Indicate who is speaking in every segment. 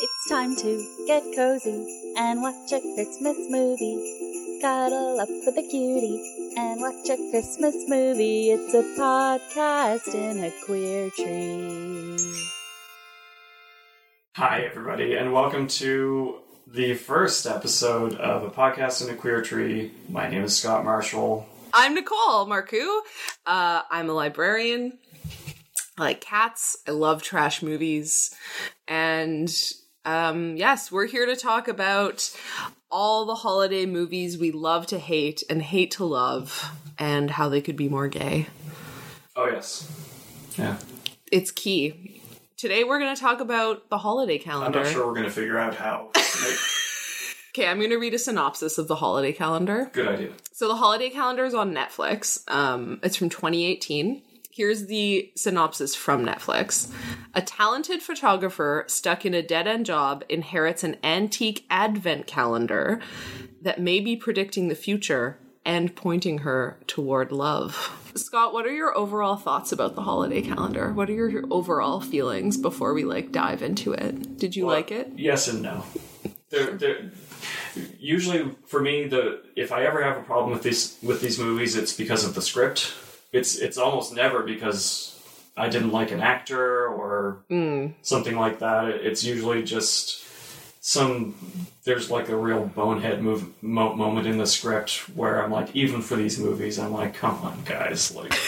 Speaker 1: It's time to get cozy and watch a Christmas movie. Cuddle up with a cutie and watch a Christmas movie. It's a podcast in a queer tree.
Speaker 2: Hi, everybody, and welcome to the first episode of a podcast in a queer tree. My name is Scott Marshall.
Speaker 3: I'm Nicole Marcoux. Uh, I'm a librarian. I like cats. I love trash movies. And um, yes, we're here to talk about all the holiday movies we love to hate and hate to love and how they could be more gay.
Speaker 2: Oh, yes. Yeah.
Speaker 3: It's key. Today we're going to talk about the holiday
Speaker 2: I'm
Speaker 3: calendar.
Speaker 2: not sure we're going to figure out how. to make-
Speaker 3: Okay, I'm going to read a synopsis of the holiday calendar.
Speaker 2: Good idea.
Speaker 3: So the holiday calendar is on Netflix. Um, it's from 2018. Here's the synopsis from Netflix. A talented photographer stuck in a dead end job inherits an antique advent calendar that may be predicting the future and pointing her toward love. Scott, what are your overall thoughts about the holiday calendar? What are your overall feelings before we like dive into it? Did you like it?
Speaker 2: Yes and no. They're, they're, usually, for me, the if I ever have a problem with these with these movies, it's because of the script. It's it's almost never because I didn't like an actor or something like that. It's usually just some there's like a real bonehead move mo- moment in the script where I'm like, even for these movies, I'm like, come on, guys, like,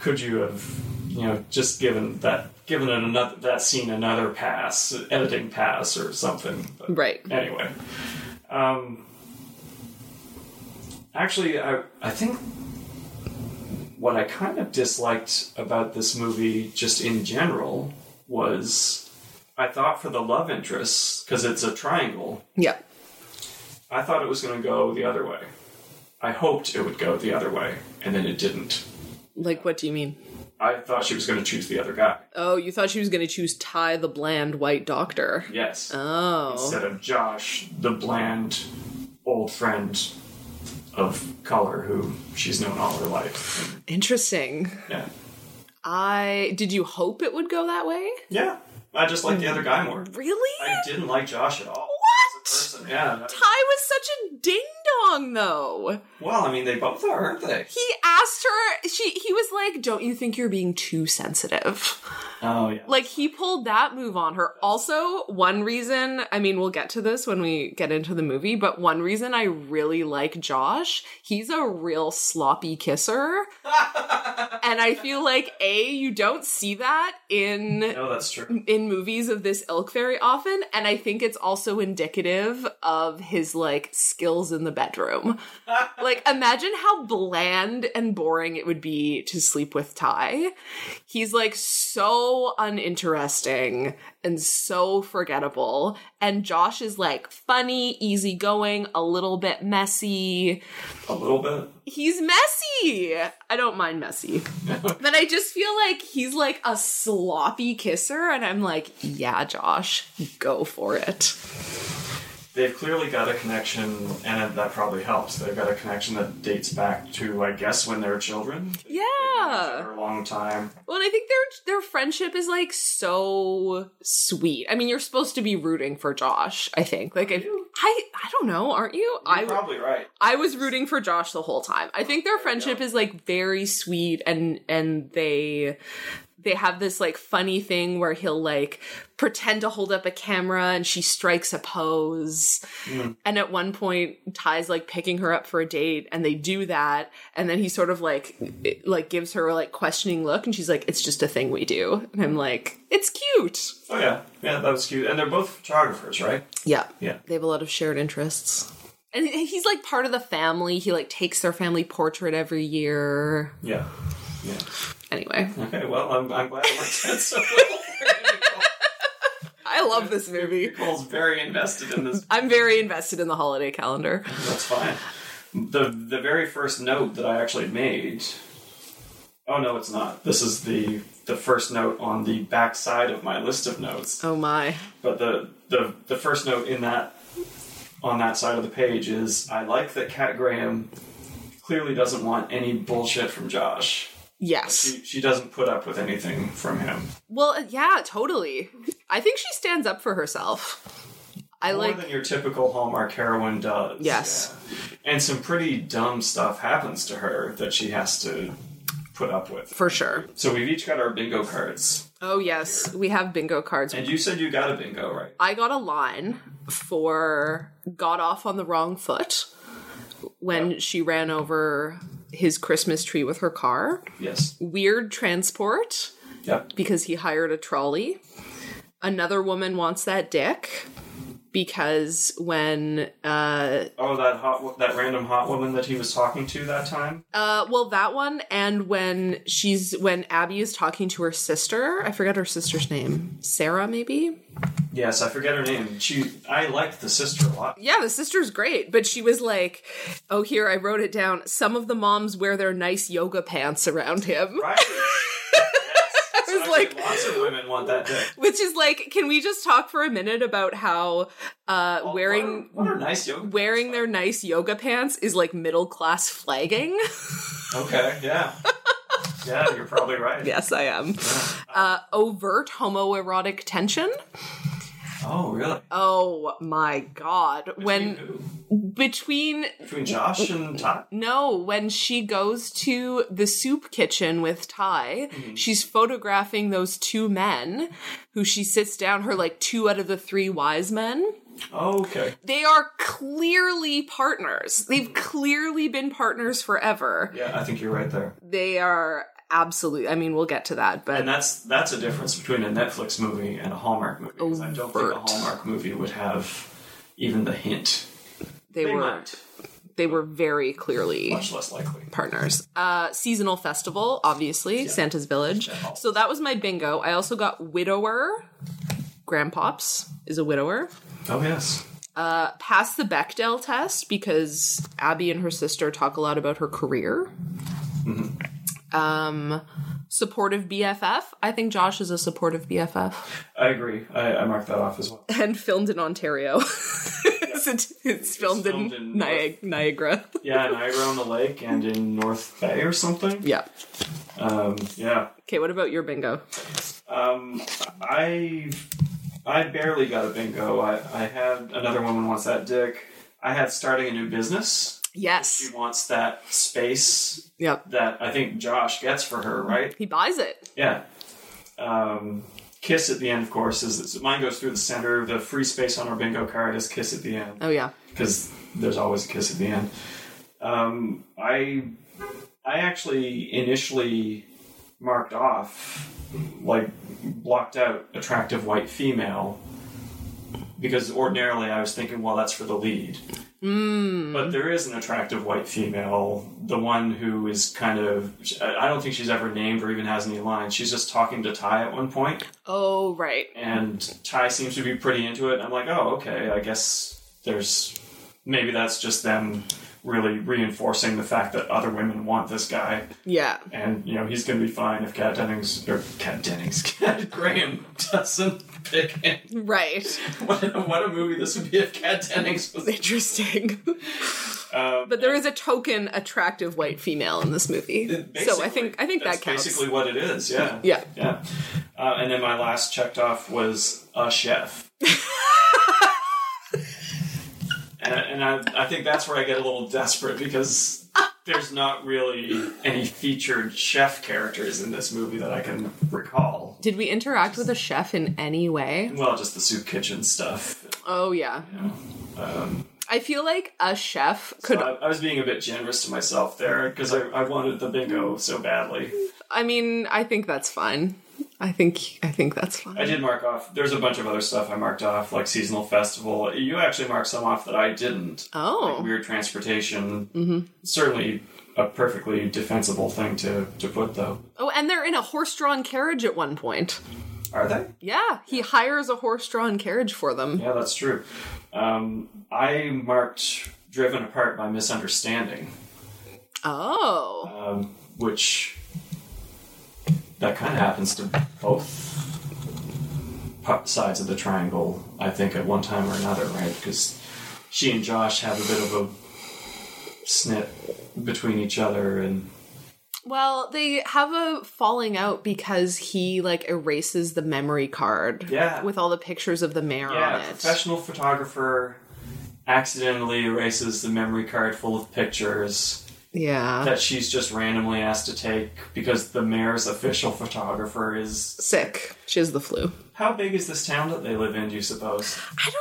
Speaker 2: could you have you know just given that given it another that scene another pass, editing pass or something? But
Speaker 3: Right.
Speaker 2: anyway um actually i i think what i kind of disliked about this movie just in general was i thought for the love interests because it's a triangle
Speaker 3: Yeah.
Speaker 2: i thought it was going to go the other way i hoped it would go the other way and then it didn't
Speaker 3: Like what do you mean?
Speaker 2: i thought she was going to choose the other guy
Speaker 3: Oh, you thought she was going to choose Ty the bland white doctor.
Speaker 2: yes
Speaker 3: Oh.
Speaker 2: instead of josh the bland old friend of color who she's known all her life
Speaker 3: Interesting.
Speaker 2: Yeah.
Speaker 3: I did you hope it would go that way?
Speaker 2: Yeah. I just like the other guy more.
Speaker 3: Really?
Speaker 2: I didn't like Josh at all.
Speaker 3: What?
Speaker 2: As a person, yeah.
Speaker 3: Ty was such a ding dong though.
Speaker 2: Well, I mean, they both are, aren't they?
Speaker 3: He asked her she he was like, "Don't you think you're being too sensitive?"
Speaker 2: Oh, yeah.
Speaker 3: Like he pulled that move on her. Also, one reason, I mean, we'll get to this when we get into the movie, but one reason I really like Josh, he's a real sloppy kisser. and I feel like A, you don't see that in
Speaker 2: No, that's true.
Speaker 3: in movies of this ilk very often and i think it's also indicative of his like skills in the bedroom like imagine how bland and boring it would be to sleep with ty he's like so uninteresting and so forgettable and josh is like funny easygoing a little bit messy
Speaker 2: A little bit.
Speaker 3: he's messy. I don't mind messy. but I just feel like he's like a sloppy kisser, and I'm like, yeah, Josh, go for it.
Speaker 2: They've clearly got a connection, and that probably helps. They've got a connection that dates back to, I guess, when they were children.
Speaker 3: Yeah.
Speaker 2: For a long time.
Speaker 3: Well, and I think their their friendship is like so sweet. I mean, you're supposed to be rooting for Josh, I think. Like I I, I don't know, aren't you?
Speaker 2: You're
Speaker 3: I
Speaker 2: probably right.
Speaker 3: I was rooting for Josh the whole time. I think their friendship is like very sweet and and they they have this like funny thing where he'll like pretend to hold up a camera and she strikes a pose. And at one point Ty's like picking her up for a date and they do that and then he sort of like it- like gives her a like questioning look and she's like it's just a thing we do. And I'm like it's cute.
Speaker 2: Oh, yeah. Yeah, that was cute. And they're both photographers, right?
Speaker 3: Yeah.
Speaker 2: Yeah.
Speaker 3: They have a lot of shared interests. And he's like part of the family. He like takes their family portrait every year.
Speaker 2: Yeah. Yeah.
Speaker 3: Anyway,
Speaker 2: Okay, well, I'm, I'm glad it worked out so well.
Speaker 3: I love this movie.
Speaker 2: Nicole's very invested in this
Speaker 3: I'm very invested in the holiday calendar.
Speaker 2: That's fine. The the very first note that I actually made. Oh no, it's not. This is the the first note on the back side of my list of notes.
Speaker 3: Oh my.
Speaker 2: But the the the first note in that on that side of the page is I like that Cat Graham clearly doesn't want any bullshit from Josh.
Speaker 3: Yes.
Speaker 2: She, she doesn't put up with anything from him.
Speaker 3: Well, uh, yeah, totally. I think she stands up for herself. I
Speaker 2: More
Speaker 3: like
Speaker 2: than your typical Hallmark heroine does.
Speaker 3: Yes.
Speaker 2: Yeah. And some pretty dumb stuff happens to her that she has to put up with.
Speaker 3: for sure.
Speaker 2: So we've each got our bingo cards.
Speaker 3: Oh yes, we have bingo cards.
Speaker 2: And you said you got a bingo, right?
Speaker 3: I got a line for got off on the wrong foot when she ran over his Christmas tree with her car.
Speaker 2: Yes.
Speaker 3: Weird transport
Speaker 2: Yep.
Speaker 3: because he hired a trolley. Another woman wants that dick because when uh
Speaker 2: Oh, that hot, that random hot woman that he was talking to that time.
Speaker 3: Uh, well, that one, and when she's when Abby is talking to her sister, I forget her sister's name, Sarah, maybe.
Speaker 2: Yes, I forget her name. She, I liked the sister a lot.
Speaker 3: Yeah, the sister's great, but she was like, "Oh, here I wrote it down. Some of the moms wear their nice yoga pants around him."
Speaker 2: Right. Yes. I
Speaker 3: was like-
Speaker 2: lots of women want that dick.
Speaker 3: Which is like, can we just talk for a minute about how uh, wearing
Speaker 2: what are, what are nice yoga.
Speaker 3: wearing their nice yoga pants is like middle class flagging?
Speaker 2: Okay, yeah. yeah, you're probably right.
Speaker 3: yes, I am. Uh, overt homoerotic tension.
Speaker 2: Oh, really?
Speaker 3: Oh my god! When
Speaker 2: Between who?
Speaker 3: between
Speaker 2: between Josh and Todd.
Speaker 3: no when she goes to the soup kitchen with ty she's photographing those two men who she sits down her like two out of the three wise men
Speaker 2: Okay.
Speaker 3: they are clearly partners they've clearly been partners forever
Speaker 2: Yeah, I think you're right there.
Speaker 3: they are absolutely i mean we'll get to that
Speaker 2: And
Speaker 3: but
Speaker 2: that's that's a difference between a Netflix movie and a Hallmark movie. 'cause I don't think a
Speaker 3: Overt.
Speaker 2: Hallmark movie would have even the hint.
Speaker 3: they,
Speaker 2: They
Speaker 3: were
Speaker 2: might.
Speaker 3: they were very clearly
Speaker 2: Much less likely.
Speaker 3: partners. Uh, seasonal festival, obviously, Santa's Village. So that was my bingo. I also got widower. Grandpops is a widower.
Speaker 2: Oh yes.
Speaker 3: Uh, passed the Bechdel test because Abby and her sister talk a lot about her career. Um, supportive BFF. I think Josh is a supportive BFF.
Speaker 2: I agree. I, I marked that off as well.
Speaker 3: And filmed in Ontario. it's, it's filmed,
Speaker 2: filmed
Speaker 3: in,
Speaker 2: in
Speaker 3: Niag- Niagara.
Speaker 2: Yeah, Niagara on the Lake and in North Bay or something.
Speaker 3: yeah.
Speaker 2: Um, yeah.
Speaker 3: Okay, what about your bingo?
Speaker 2: Um, I I barely got a bingo. I, I had another woman wants that dick. I had starting a new business. She
Speaker 3: Yes.
Speaker 2: wants that space
Speaker 3: Yep.
Speaker 2: that I think Josh gets for her, right?
Speaker 3: He buys it.
Speaker 2: Yeah. Um, kiss at the end, of course, is so mine goes through the center. The free space on our bingo card is kiss at the end
Speaker 3: Oh yeah.
Speaker 2: because there's always a kiss at the end. Um, I I actually initially marked off like blocked out attractive white female because ordinarily I was thinking, well, that's for the lead. But there is an attractive white female, the one who is kind of I I don't think she's ever named or even has any lines. She's just talking to Ty at one point
Speaker 3: Oh right.
Speaker 2: and Ty seems to be pretty into it. I'm like, oh, okay, I guess there's maybe that's just them really reinforcing the fact that other women want this guy,
Speaker 3: Yeah.
Speaker 2: and you know he's going to be fine if Cat Dennings or Cat Dennings, Cat Graham doesn't pick him.
Speaker 3: Right.
Speaker 2: What a, what a movie this would be if Cat Dennings was.
Speaker 3: Interesting.
Speaker 2: Um,
Speaker 3: but there is a token attractive white female in this movie. So I think I think
Speaker 2: that's
Speaker 3: that counts.
Speaker 2: Basically, what it is, yeah,
Speaker 3: Yeah.
Speaker 2: yeah. Uh, and then my last checked off was a chef. and and I, I think that's where I get a little desperate because there's not really any featured chef characters in this movie that I can recall.
Speaker 3: Did we interact with a chef in any way?
Speaker 2: Well, just the soup kitchen stuff.
Speaker 3: Oh yeah.
Speaker 2: Um,
Speaker 3: I feel like a chef could
Speaker 2: I, I was being a bit generous to myself there because I, I wanted the bingo so badly.
Speaker 3: I mean, I think that's fine. I think I think that's
Speaker 2: I
Speaker 3: fine.
Speaker 2: did mark off. There's a bunch of other stuff I marked off, like seasonal festival. You actually marked some off that I didn't.
Speaker 3: Oh.
Speaker 2: Weird transportation. Mm-hmm. Certainly a perfectly defensible thing to, to put, though.
Speaker 3: Oh, and they're in a horse-drawn carriage at one point.
Speaker 2: Are they?
Speaker 3: Yeah, he hires a horse-drawn carriage for them.
Speaker 2: Yeah, that's true. Um, I marked driven apart by misunderstanding,
Speaker 3: Oh.
Speaker 2: um, which that kind of happens to both pa- sides of the triangle, I think, at one time or another, right? Because she and Josh have a bit of a snit between each other, and
Speaker 3: Well, they have a falling out because he like erases the memory card
Speaker 2: Yeah.
Speaker 3: with all the pictures of the mayor
Speaker 2: yeah,
Speaker 3: on it.
Speaker 2: Uh, professional photographer accidentally erases the memory card full of pictures
Speaker 3: yeah.
Speaker 2: that she's just randomly asked to take because the mayor's official photographer is.
Speaker 3: Sick. She has the flu.
Speaker 2: How big is this town that they live in? Do you suppose?
Speaker 3: I don't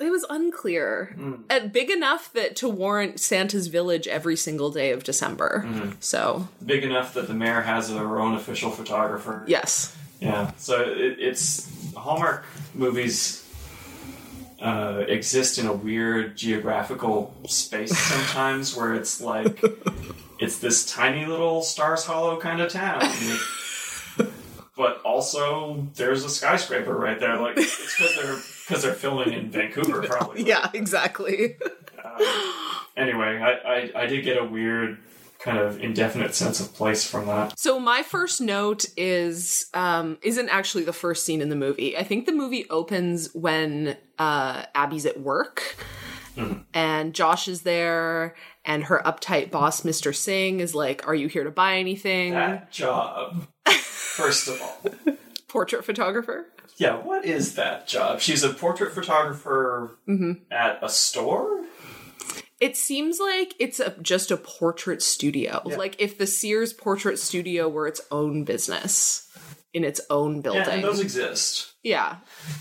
Speaker 3: it was unclear.
Speaker 2: Mm.
Speaker 3: Uh, big enough that to warrant Santa's village every single day of December.
Speaker 2: Mm.
Speaker 3: So,
Speaker 2: Big enough that the mayor has her own official photographer.
Speaker 3: yes.
Speaker 2: Yeah. So it, it's Hallmark movies uh, exist in a weird geographical space sometimes, where it's like it's this tiny little Stars Hollow kind of town. But also, there's a skyscraper right there. Like it's because they're because they're filming in Vancouver, probably.
Speaker 3: Yeah, exactly.
Speaker 2: Anyway, I, I I did get a weird kind of indefinite sense of place from that.
Speaker 3: So my first note is um, isn't actually the first scene in the movie. I think the movie opens when uh, Abby's at work,
Speaker 2: Mm-hmm.
Speaker 3: and Josh is there, and her uptight boss, Mr. Singh, is like, "Are you here to buy anything?"
Speaker 2: That job, first of all.
Speaker 3: Portrait photographer.
Speaker 2: Yeah, what is that job? She's a portrait photographer at a store?
Speaker 3: It seems like it's a, just a portrait studio. Like if the Sears Portrait Studio were its own business in its own building.
Speaker 2: Yeah, and those exist.
Speaker 3: yeah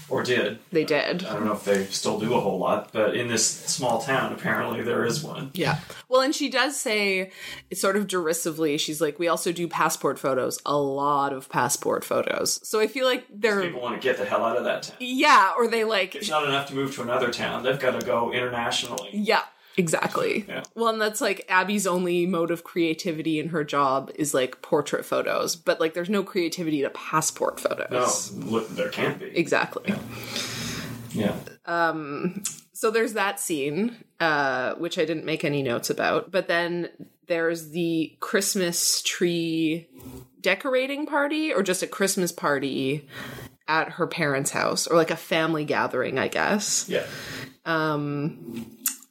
Speaker 2: Or did.
Speaker 3: they did.
Speaker 2: I don't know if they still do a whole lot, but in this small town, apparently there is one.
Speaker 3: Yeah. Well, and she does say, sort of derisively, she's like, we also do passport photos, a lot of passport photos. So I feel like they're.
Speaker 2: People want to get the hell out of that town.
Speaker 3: Yeah, or they like.
Speaker 2: It's not enough to move to another town. They've got to go internationally.
Speaker 3: Yeah, exactly.
Speaker 2: Yeah.
Speaker 3: Well, and that's like Abby's only mode of creativity in her job is like portrait photos, but like there's no creativity to passport
Speaker 2: No,
Speaker 3: photos.
Speaker 2: look, there can't be.
Speaker 3: Exactly.
Speaker 2: Yeah.
Speaker 3: so there's that scene uh, which i didn't make any notes about but then there's the christmas tree decorating party or just a christmas party at her parents house or like a family gathering i guess
Speaker 2: Yeah.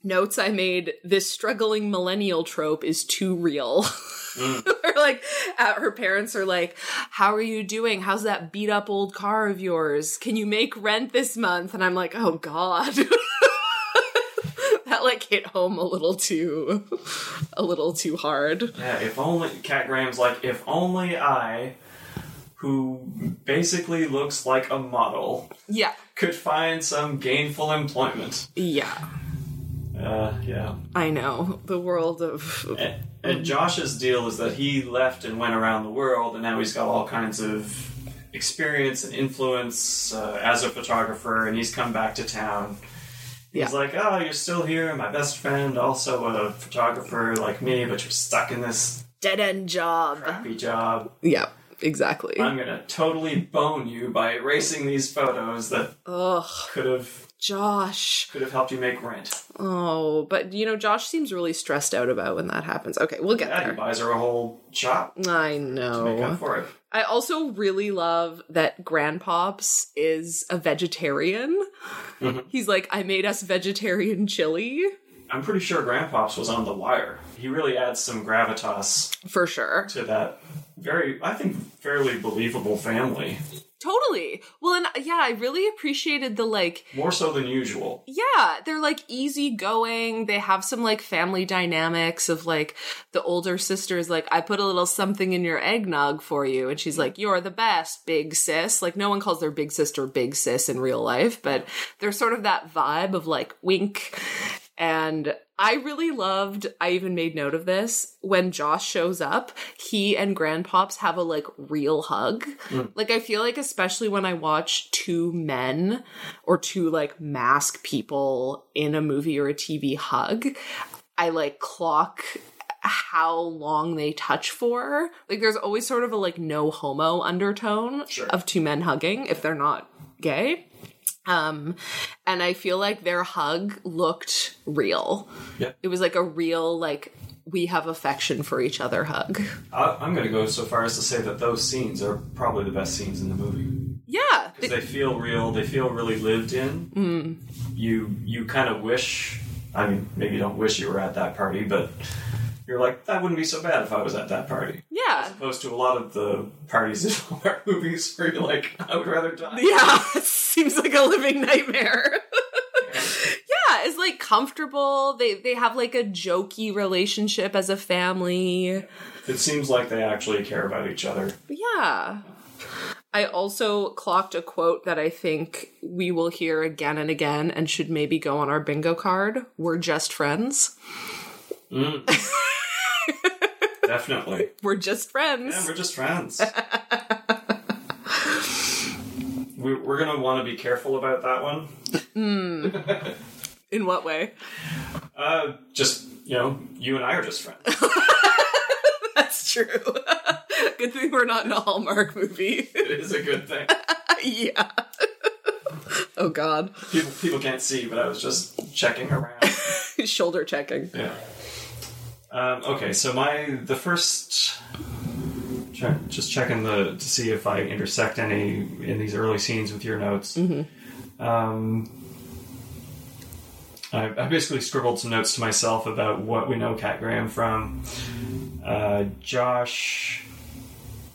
Speaker 3: notes i made this struggling millennial trope is too real Or like at her parents are like how are you doing how's that beat up old car of yours can you make rent this month and i'm like oh god that like hit home a little too a little too hard
Speaker 2: Yeah, if only. Cat Graham's like, if only I, who basically looks like a model,
Speaker 3: yeah
Speaker 2: could find some gainful employment.
Speaker 3: yeah
Speaker 2: Uh, yeah.
Speaker 3: i know the world of
Speaker 2: And, and Josh's deal is that he left and went around the world, and now he's got all kinds of experience and influence uh, as a photographer, and he's come back to town. He's
Speaker 3: Yeah.
Speaker 2: like, oh, you're still here, my best friend, also a photographer like me, but you're stuck in this
Speaker 3: dead end job
Speaker 2: crappy job.
Speaker 3: yeah exactly
Speaker 2: I'm gonna totally bone you by erasing these photos that
Speaker 3: ugh
Speaker 2: could have
Speaker 3: josh
Speaker 2: could have helped you make rent.
Speaker 3: Oh, but you know, Josh seems really stressed out about when that happens. Okay, Oh. we'll get
Speaker 2: That buys her a whole shop.
Speaker 3: there. I
Speaker 2: Make up
Speaker 3: know.
Speaker 2: for it.
Speaker 3: I also really love that Grandpops is a vegetarian.
Speaker 2: Mm-hmm.
Speaker 3: He's like, I made us vegetarian chili
Speaker 2: I'm pretty sure Grandpops was on The Wire. He really adds some gravitas
Speaker 3: for sure.
Speaker 2: to that very, I think, fairly believable family.
Speaker 3: Totally. Well, and yeah, I really appreciated the like
Speaker 2: More so than usual.
Speaker 3: Yeah, they're like easygoing. They have some like family dynamics of like the older sister is like, I put a little something in your eggnog for you. And she's like, You're the best, big sis. Like, no one calls their big sister big sis in real life, but there's sort of that vibe of like wink. And I really loved, I even made note of this. When Josh shows up, he and Grandpops have a like real hug. Like, I feel like, especially when I watch two men or two like mask people in a movie or a TV hug, I like clock how long they touch for. Like, there's always sort of a like no homo undertone
Speaker 2: Sure.
Speaker 3: of two men hugging if they're not gay. Um, and I feel like their hug looked real.
Speaker 2: Yeah.
Speaker 3: It was like a real, like, we have affection for each other hug.
Speaker 2: I, I'm going to go so far as to say that those scenes are probably the best scenes in the movie.
Speaker 3: Yeah.
Speaker 2: 'Cause They feel real, they feel really lived in. You, you kind of wish, I mean, maybe you don't wish you were at that party, but you're like, that wouldn't be so bad if I was at that party.
Speaker 3: Yeah.
Speaker 2: Opposed to a lot of the parties in Hallmark movies where you're like, I would rather die.
Speaker 3: Yeah, it seems like a living nightmare. yeah, it's like comfortable. They they have like a jokey relationship as a family.
Speaker 2: It seems like they actually care about each other.
Speaker 3: But yeah. I also clocked a quote that I think we will hear again and again and should maybe go on our bingo card. We're just friends.
Speaker 2: Mm. Definitely.
Speaker 3: We're just friends.
Speaker 2: Yeah, we're just friends. we, we're going to want to be careful about that one.
Speaker 3: In what way?
Speaker 2: Uh, just, you know, you and I are just friends.
Speaker 3: That's true. Good thing we're not in a Hallmark movie.
Speaker 2: it is a good thing.
Speaker 3: yeah. oh god.
Speaker 2: People, people can't see, but I was just checking around.
Speaker 3: Shoulder checking.
Speaker 2: Yeah. Um, okay, so my the first check, just checking the to see if I intersect any in these early scenes with your notes.
Speaker 3: Mm-hmm.
Speaker 2: Um, I, I basically scribbled some notes to myself about what we know Cat Graham from. Uh, Josh,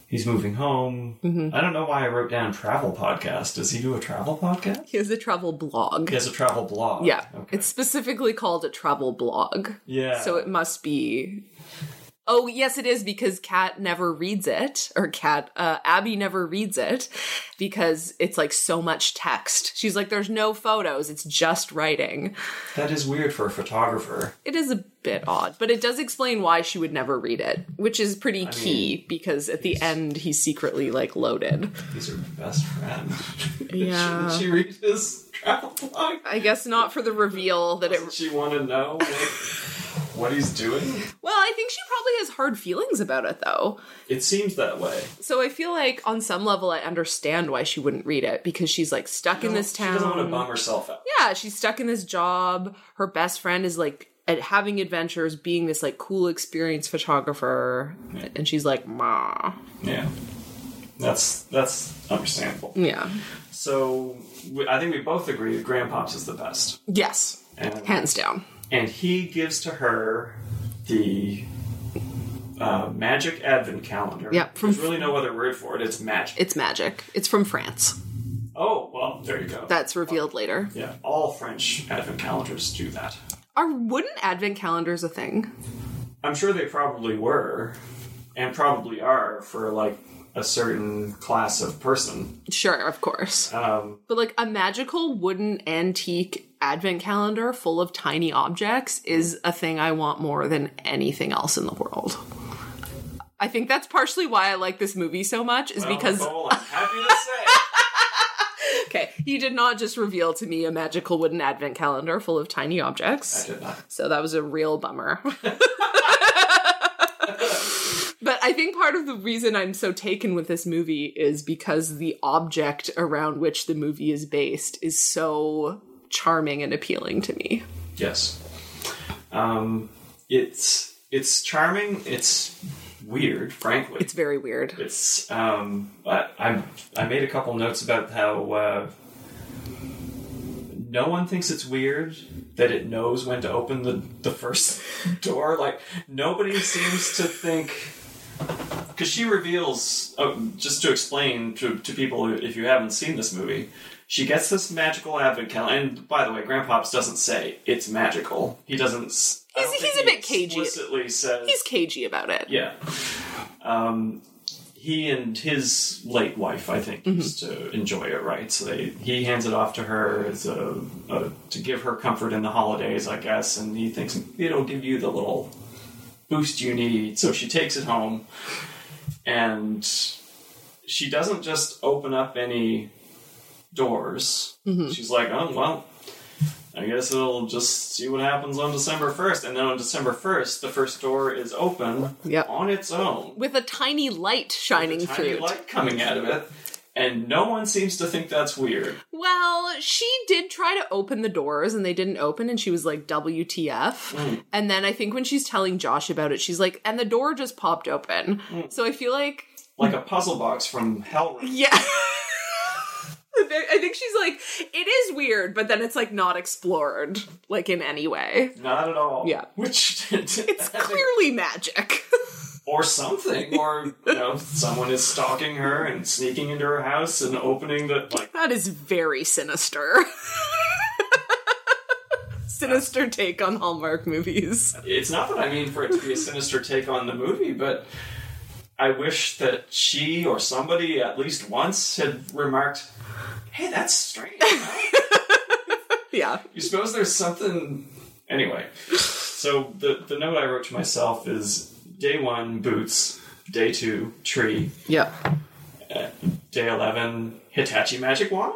Speaker 2: he's moving home.
Speaker 3: Mm-hmm.
Speaker 2: I don't know why I wrote down travel podcast. Does he do a travel podcast?
Speaker 3: He has a travel blog.
Speaker 2: He has a travel blog.
Speaker 3: Yeah.
Speaker 2: Okay.
Speaker 3: It's specifically called a travel blog.
Speaker 2: yeah.
Speaker 3: So it must be. Oh, yes, it is because Kat never reads it, or Kat, uh, Abby never reads it because it's like so much text. She's like, there's no photos, it's just writing.
Speaker 2: that is weird for a photographer.
Speaker 3: It is a bit odd, but it does explain why she would never read it, which is pretty key because at the end he's secretly like loaded.
Speaker 2: These are my best friend.
Speaker 3: Yeah.
Speaker 2: Shouldn't she read his travel blog?
Speaker 3: I guess not for the reveal that it
Speaker 2: Doesn't she want to know what, what he's doing?
Speaker 3: Well, I think she probably has hard feelings about it though.
Speaker 2: It seems that way.
Speaker 3: So I feel like on some level I understand why she wouldn't read it because she's like stuck in this
Speaker 2: She
Speaker 3: town.
Speaker 2: doesn't want to bum herself out.
Speaker 3: yeah, she's stuck in this job. Her best friend is like at having adventures, being this like cool experienced photographer, and she's like, "Ma."
Speaker 2: Yeah. That's that's understandable.
Speaker 3: Yeah.
Speaker 2: So we, I think we both agree Grandpops is the best.
Speaker 3: Yes.
Speaker 2: And,
Speaker 3: Hands down.
Speaker 2: and he gives to her the uh, magic advent calendar.
Speaker 3: Yep, from-
Speaker 2: There's really no other word for it. It's magic.
Speaker 3: It's magic. It's from France.
Speaker 2: oh, well, there you go.
Speaker 3: That's revealed later.
Speaker 2: yeah, all French advent calendars do that.
Speaker 3: Are wouldn't advent calendars a thing?
Speaker 2: I'm sure they probably were, and probably are for like a certain class of person.
Speaker 3: Sure, of course.
Speaker 2: Um,
Speaker 3: But like a magical wooden antique advent calendar full of tiny objects is a thing I want more than anything else in the world. I think that's partially why I like this movie so much is because
Speaker 2: Nicole, I'm happy to say
Speaker 3: okay, he did not just reveal to me a magical wooden advent calendar full of tiny
Speaker 2: I
Speaker 3: objects.
Speaker 2: did not.
Speaker 3: So that was a real bummer. but I think part of the reason I'm so taken with this movie is because the object around which the movie is based is so charming and appealing to me.
Speaker 2: Yes, um, it's it's charming. It's weird, frankly.
Speaker 3: It's very weird.
Speaker 2: It's um, I, I I made a couple notes about how uh, no one thinks it's weird that it knows when to open the the first door. Like nobody seems to think. Because she reveals, uh, just to explain to, to people who- if you haven't seen this movie, she gets this magical advent calendar. And by the way, Grandpops doesn't say it's magical. He doesn't. s- I don't
Speaker 3: He's-
Speaker 2: think
Speaker 3: he's a
Speaker 2: he
Speaker 3: bit cagey.
Speaker 2: Explicitly says
Speaker 3: He's cagey about it.
Speaker 2: yeah. Um, he and his late wife, I think, used to enjoy it, right? So they, he hands it off to her as a, a to give her comfort in the holidays, I guess, and he thinks it'll give you the little boost you need. So she takes it home, and she doesn't just open up any doors.
Speaker 3: Mm-hmm.
Speaker 2: She's like, oh well, I guess it'll just see what happens on December 1st. And then on December 1st, the first door is open
Speaker 3: Yep.
Speaker 2: on its own.
Speaker 3: With a tiny light
Speaker 2: Tiny
Speaker 3: shining through. it.
Speaker 2: light coming out of it. And no one seems to think that's weird.
Speaker 3: Well, she did try to open the doors and they didn't open, and she was like, WTF.
Speaker 2: Mm.
Speaker 3: And then I think when she's telling Josh about it, she's like, and the door just popped
Speaker 2: Mm.
Speaker 3: open. So I feel like,
Speaker 2: Like a puzzle box from Hellraiser.
Speaker 3: yeah. ve- I think she's like, it is weird, but then it's like not explored, like in any way.
Speaker 2: Not at all.
Speaker 3: Yeah.
Speaker 2: Which
Speaker 3: It's clearly magic.
Speaker 2: or something, or you know, someone is stalking her and sneaking into her house and opening the like.
Speaker 3: that is very sinister. sinister take on Hallmark movies.
Speaker 2: It's not that I mean for it to be a sinister take on the movie, but I wish that she or somebody at least once had remarked, "Hey, that's strange."
Speaker 3: Yeah.
Speaker 2: You suppose there's something. Anyway, so the the note I wrote to myself is: day one boots, day two tree,
Speaker 3: Yeah.
Speaker 2: day eleven Hitachi magic wand.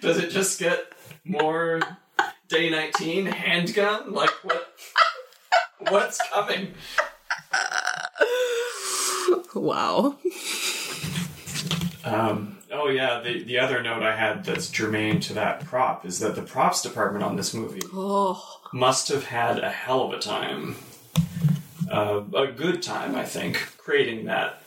Speaker 2: Does it just get more? Day nineteen handgun. Like what? What's coming?
Speaker 3: Wow.
Speaker 2: Um, oh yeah, the the other note I had that's germane to that prop is that the props department on this movie
Speaker 3: Oh.
Speaker 2: must have had a hell of a time, uh, a good time, I think, creating that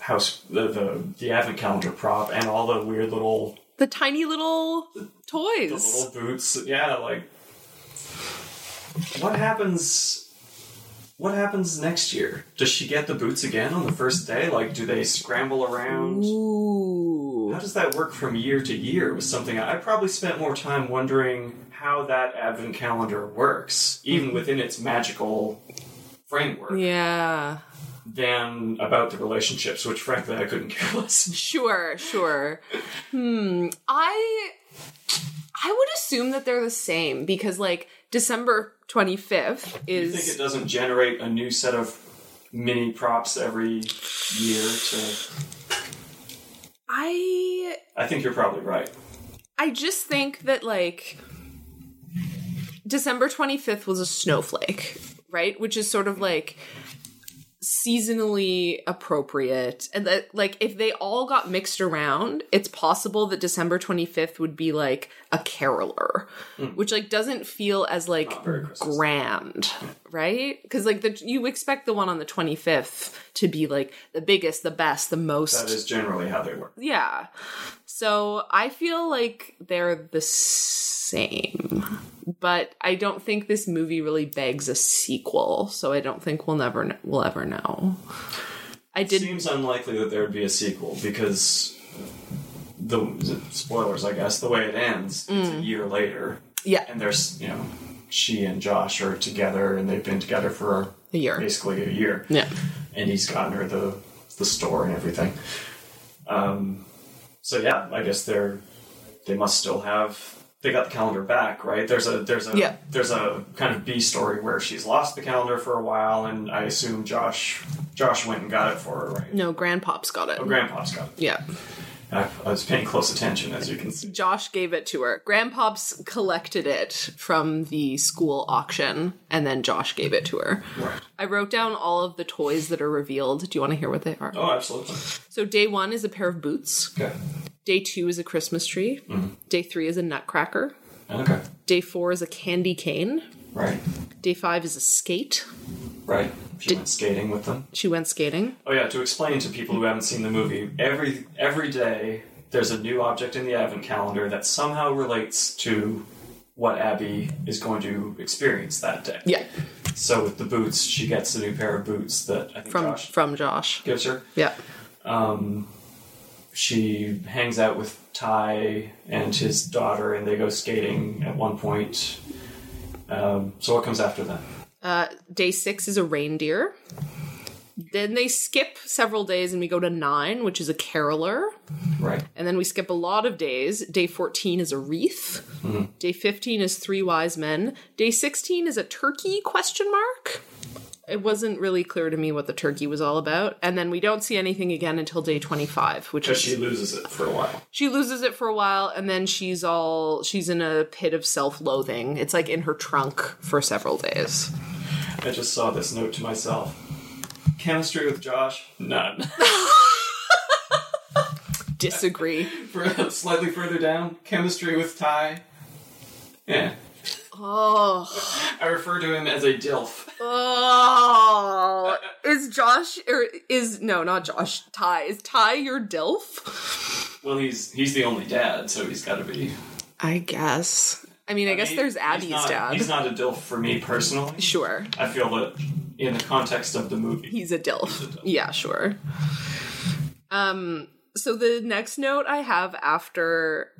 Speaker 2: house, the, the the advent calendar prop, and all the weird little
Speaker 3: The tiny little
Speaker 2: the
Speaker 3: toys.
Speaker 2: little boots. Yeah, like what happens? What happens next year? Does she get the boots again on the first day? Like, do they scramble around?
Speaker 3: Ooh.
Speaker 2: How does that work from year to year was something I probably spent more time wondering how that advent calendar works, even within its magical framework,
Speaker 3: Mm-hmm. Yeah.
Speaker 2: than about the relationships, which frankly I couldn't care less.
Speaker 3: Sure, sure. Hmm. I I would assume that they're the same because like December 25th
Speaker 2: You think it
Speaker 3: is
Speaker 2: doesn't generate a new set of mini props every year to
Speaker 3: I
Speaker 2: I think you're probably right.
Speaker 3: I just think that like December 25th was a snowflake, right? Which is sort of like seasonally appropriate. And that like if they all got mixed around, it's possible that December 25th would be like a caroler, which like doesn't feel as like
Speaker 2: Hmm. very Christmas.
Speaker 3: grand, right? Cuz like the you expect the one on the 25th to be like the biggest, the best, the most
Speaker 2: That is generally how they work.
Speaker 3: yeah. So I feel like they're the same. But I don't think this movie really begs a sequel, so I don't think we'll never kn- we'll ever know. I
Speaker 2: It
Speaker 3: did
Speaker 2: seems unlikely that there would be a sequel because the spoilers, I guess, the way it ends, it's a year later.
Speaker 3: Mm. yeah,
Speaker 2: and there's you know she and Josh are together and they've been together for
Speaker 3: a year.
Speaker 2: basically a year
Speaker 3: Yeah.
Speaker 2: and he's gotten her the the store and everything um so yeah I guess they're they must still have they got the calendar back right there's a there's a
Speaker 3: Yeah.
Speaker 2: there's a kind of B story where she's lost the calendar for a while and I assume Josh Josh went and got it for her right
Speaker 3: No, Grandpop's got it.
Speaker 2: oh grandpa's got it
Speaker 3: Yeah.
Speaker 2: I, I was paying close attention as you can see
Speaker 3: Josh gave it to her. Grandpop's collected it from the school auction and then Josh gave it to her.
Speaker 2: right
Speaker 3: I wrote down all of the toys that are revealed. Do you want to hear what they are?
Speaker 2: oh absolutely
Speaker 3: So day 1 is a pair of boots.
Speaker 2: okay
Speaker 3: Day two is a Christmas tree. Day three is a nutcracker.
Speaker 2: okay
Speaker 3: Day four is a candy cane.
Speaker 2: right
Speaker 3: Day five is a skate.
Speaker 2: right she went skating with them
Speaker 3: She went skating.
Speaker 2: Oh yeah, to explain to people who haven't seen the movie, every every day there's a new object in the advent calendar that somehow relates to what Abby is going to experience that day.
Speaker 3: Yeah,
Speaker 2: So with the boots, she gets a new pair of boots that I think
Speaker 3: from
Speaker 2: Josh
Speaker 3: from Josh.
Speaker 2: gives her. Um,
Speaker 3: Yeah,
Speaker 2: She hangs out with Ty and his daughter, and they go skating at one point. Um, so what comes after that?
Speaker 3: Uh, day six is a reindeer. Then they skip several days and we go to nine, which is a caroler.
Speaker 2: Right.
Speaker 3: And then we skip a lot of days. Day 14 is a wreath. Day 15 is three wise men. Day 16 is a turkey question mark. It wasn't really clear to me what the turkey was all about. And then we don't see anything again until day 25, which
Speaker 2: Because
Speaker 3: is
Speaker 2: she loses it for a while.
Speaker 3: she loses it for a while and then she's all she's in a pit of self-loathing. It's like in her trunk for several days.
Speaker 2: I just saw this note to myself. Chemistry with Josh? None.
Speaker 3: Disagree.
Speaker 2: For- slightly further down, chemistry with Ty. Eh. Yeah.
Speaker 3: oh.
Speaker 2: I refer to him as a DILF.
Speaker 3: Oh. Is Josh or is no, not Josh. Ty is Ty your Dilf?
Speaker 2: Well, he's he's the only dad, so he's got to be.
Speaker 3: I guess. I mean, I, guess
Speaker 2: He-
Speaker 3: there's
Speaker 2: he's
Speaker 3: Abby's
Speaker 2: not-
Speaker 3: dad.
Speaker 2: He's not a dilf for me personally.
Speaker 3: sure,
Speaker 2: I feel that in the context of the movie,
Speaker 3: he's a Dilf. Yeah, sure. Um. So the next note I have after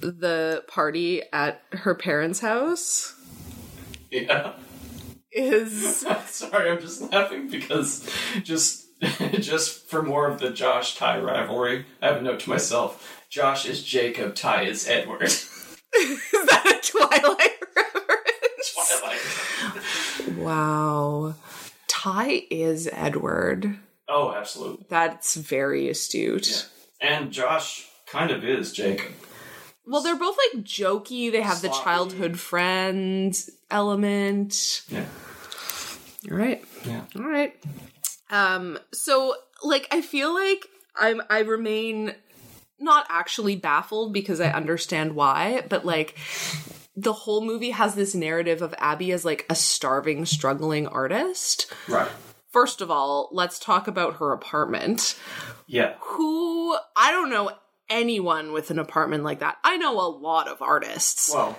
Speaker 3: the party at her parents' house
Speaker 2: yeah.
Speaker 3: is
Speaker 2: Sorry, I'm just laughing because just just for more of the Josh Ty rivalry, I have a note to myself. Josh is Jacob, Ty is Edward.
Speaker 3: is that a Twilight reference?
Speaker 2: Twilight.
Speaker 3: Wow. Ty is Edward.
Speaker 2: Oh, absolutely.
Speaker 3: That's very astute.
Speaker 2: Yeah. And Josh kind of is Jacob.
Speaker 3: Well, they're both like jokey. They have the
Speaker 2: Sloppy.
Speaker 3: childhood friend element.
Speaker 2: Yeah.
Speaker 3: All right.
Speaker 2: Yeah.
Speaker 3: All right. Um so like I feel like I'm I remain not actually baffled because I understand why, but like the whole movie has this narrative of Abby as like a starving, struggling artist.
Speaker 2: Right.
Speaker 3: First of all, let's talk about her apartment.
Speaker 2: Yeah.
Speaker 3: Who I don't know anyone with an apartment like that. I know a lot of artists.
Speaker 2: Well,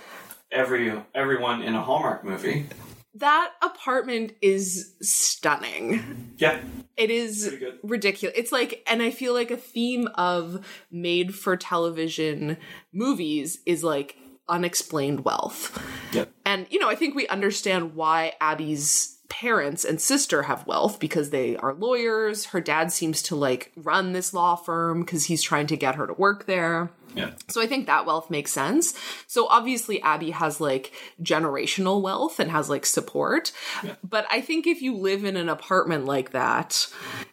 Speaker 2: every everyone in a Hallmark movie.
Speaker 3: that apartment is stunning.
Speaker 2: Yeah.
Speaker 3: It is
Speaker 2: Pretty good.
Speaker 3: ridiculous. It's like, and I feel like a theme of made for television movies is like unexplained wealth.
Speaker 2: Yeah.
Speaker 3: And, you know, I think we understand why Abby's parents and sister have wealth because they are lawyers. Her dad seems to like run this law firm because he's trying to get her to work there.
Speaker 2: Yeah.
Speaker 3: So I think that wealth makes sense. So obviously Abby has like generational wealth and has like support. But I think if you live in an apartment like that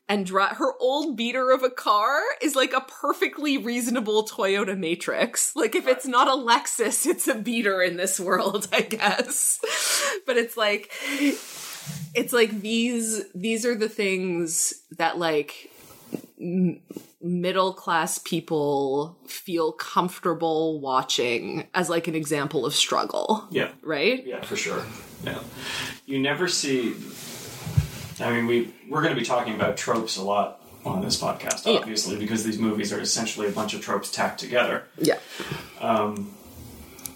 Speaker 3: and dri- her old beater of a car is like a perfectly reasonable Toyota Matrix. Like if it's not a Lexus, it's a beater in this world, I guess. but it's like it's like these these are the things that like middle class people feel comfortable watching as like an example of struggle,
Speaker 2: Yeah.
Speaker 3: right?
Speaker 2: Yeah, for sure. Yeah. You never see I mean we we're gonna be talking about tropes a lot on this podcast,
Speaker 3: Yeah.
Speaker 2: obviously, because these movies are essentially a bunch of tropes tacked together.
Speaker 3: Yeah.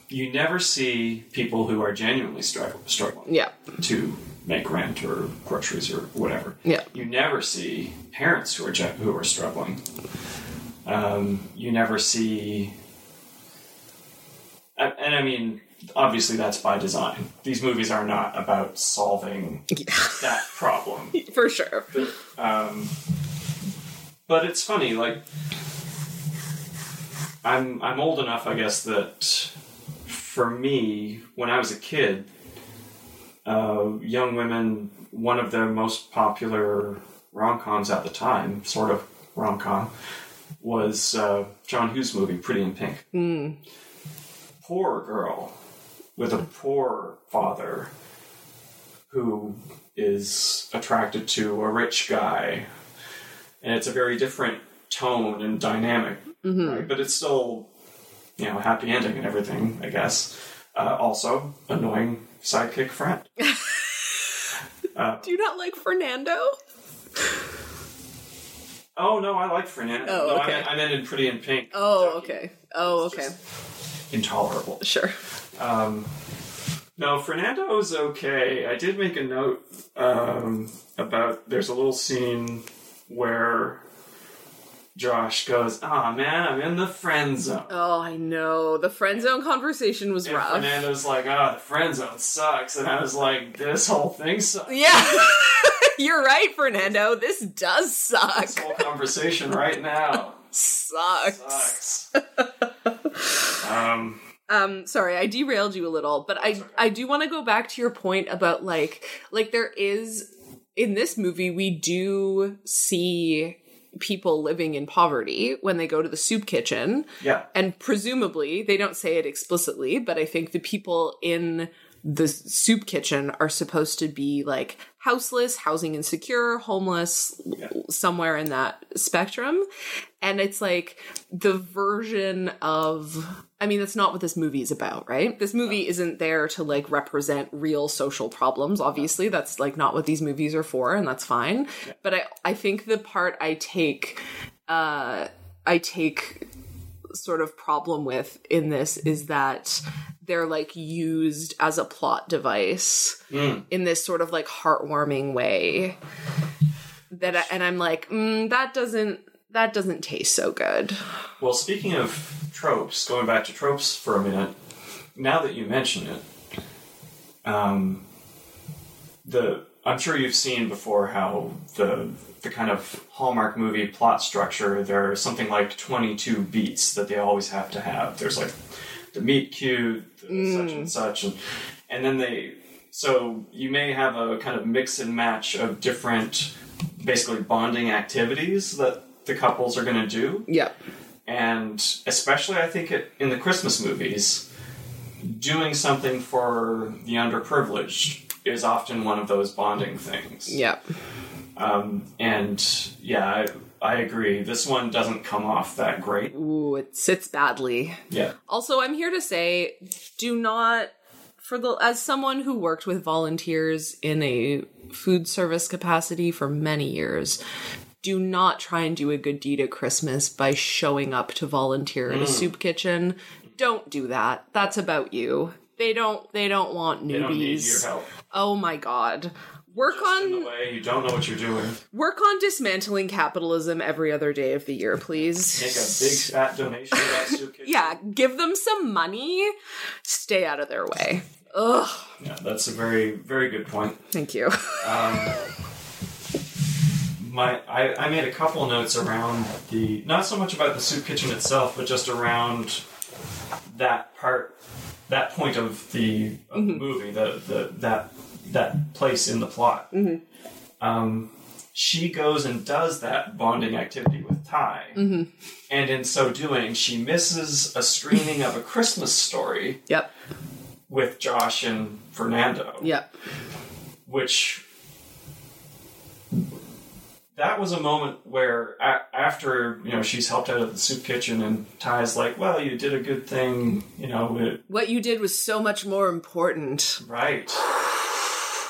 Speaker 2: You never see people who are genuinely struggle, struggling
Speaker 3: Yeah.
Speaker 2: to make rent or groceries or whatever.
Speaker 3: Yeah.
Speaker 2: You never see parents who are ge- who are struggling. Um, you never see, and, and I mean, obviously that's by design. These movies are not about solving that problem.
Speaker 3: For sure.
Speaker 2: But it's funny, like I'm I'm old enough, I guess, that for me, when I was a kid, uh, young women, one of their most popular rom coms at the time, sort of rom com, was uh, John Hughes' movie Pretty in Pink. Poor girl with a poor father who is attracted to a rich guy and it's a very different tone and dynamic.
Speaker 3: Mm-hmm.
Speaker 2: Right? But it's still, you know, happy ending and everything, I guess. Uh, also, annoying sidekick friend.
Speaker 3: Do you not like Fernando?
Speaker 2: Oh no, I like Fernando.
Speaker 3: Oh,
Speaker 2: no,
Speaker 3: okay.
Speaker 2: I, meant, I meant in Pretty in Pink.
Speaker 3: Oh, okay. Oh, okay.
Speaker 2: Intolerable.
Speaker 3: Sure.
Speaker 2: No, Fernando is okay. I did make a note um, about there's a little scene where Josh goes, "Ah, man, I'm in the friend zone."
Speaker 3: Oh, I know. The friend zone conversation was
Speaker 2: And
Speaker 3: rough.
Speaker 2: Fernando's like, oh, the friend zone sucks. And I was like, this whole thing sucks.
Speaker 3: yeah. You're right, Fernando. This does suck.
Speaker 2: This whole conversation right now
Speaker 3: Sucks.
Speaker 2: sucks. um,
Speaker 3: um sorry i derailed you a little but i i do want to go back to your point about like like there is in this movie we do see people living in poverty when they go to the soup kitchen
Speaker 2: yeah.
Speaker 3: and presumably they don't say it explicitly but i think the people in the soup kitchen are supposed to be like houseless, housing insecure, homeless, somewhere in that spectrum. And it's like the version of I mean, that's not what this movie is about, right? This movie isn't there to like represent real social problems. Obviously, that's like not what these movies are for, and that's fine. But I I think the part I take uh I take sort of problem with in this is that they're like used as a plot device in this sort of like heartwarming way that I, and I'm like mm, that doesn't that doesn't taste so good.
Speaker 2: Well, speaking of tropes, going back to tropes for a minute, now that you mention it, um, the I'm sure you've seen before how the the kind of Hallmark movie plot structure there's something like 22 beats that they always have to have. There's like the meet cute, the such and such, and and then they so you may have a kind of mix and match of different basically bonding activities that the couples are going to do
Speaker 3: Yep.
Speaker 2: and especially I think it, in the Christmas movies, doing something for the underprivileged is often one of those bonding things.
Speaker 3: Yep.
Speaker 2: And yeah, I, I agree. This one doesn't come off that great.
Speaker 3: Ooh, it sits badly.
Speaker 2: Yeah.
Speaker 3: Also, I'm here to say do not for the as someone who worked with volunteers in a food service capacity for many years, do not try and do a good deed at Christmas by showing up to volunteer
Speaker 2: Mm.
Speaker 3: at a soup kitchen. Don't do that. That's about you. They don't they don't want newbies.
Speaker 2: They don't need your help.
Speaker 3: Oh my god. Work on
Speaker 2: In a way, you don't know what you're doing.
Speaker 3: work on dismantling capitalism every other day of the year, please.
Speaker 2: Make a big fat donation to that soup kitchen.
Speaker 3: yeah, give them some money. Stay out of their way. Ugh.
Speaker 2: Yeah, that's a very, very good point.
Speaker 3: Thank you.
Speaker 2: my I, I made a couple notes around the not so much about the soup kitchen itself, but just around that part that point of the, of the movie, the, the that that place in the plot. Um, she goes and does that bonding activity with Ty, and in so doing, she misses a screening of a Christmas story
Speaker 3: yep.
Speaker 2: with Josh and Fernando
Speaker 3: Yep.
Speaker 2: which that was a moment where a- after you know she's helped out at the soup kitchen and ty's like well you did a good thing you know it,
Speaker 3: What you did was so much more important.
Speaker 2: right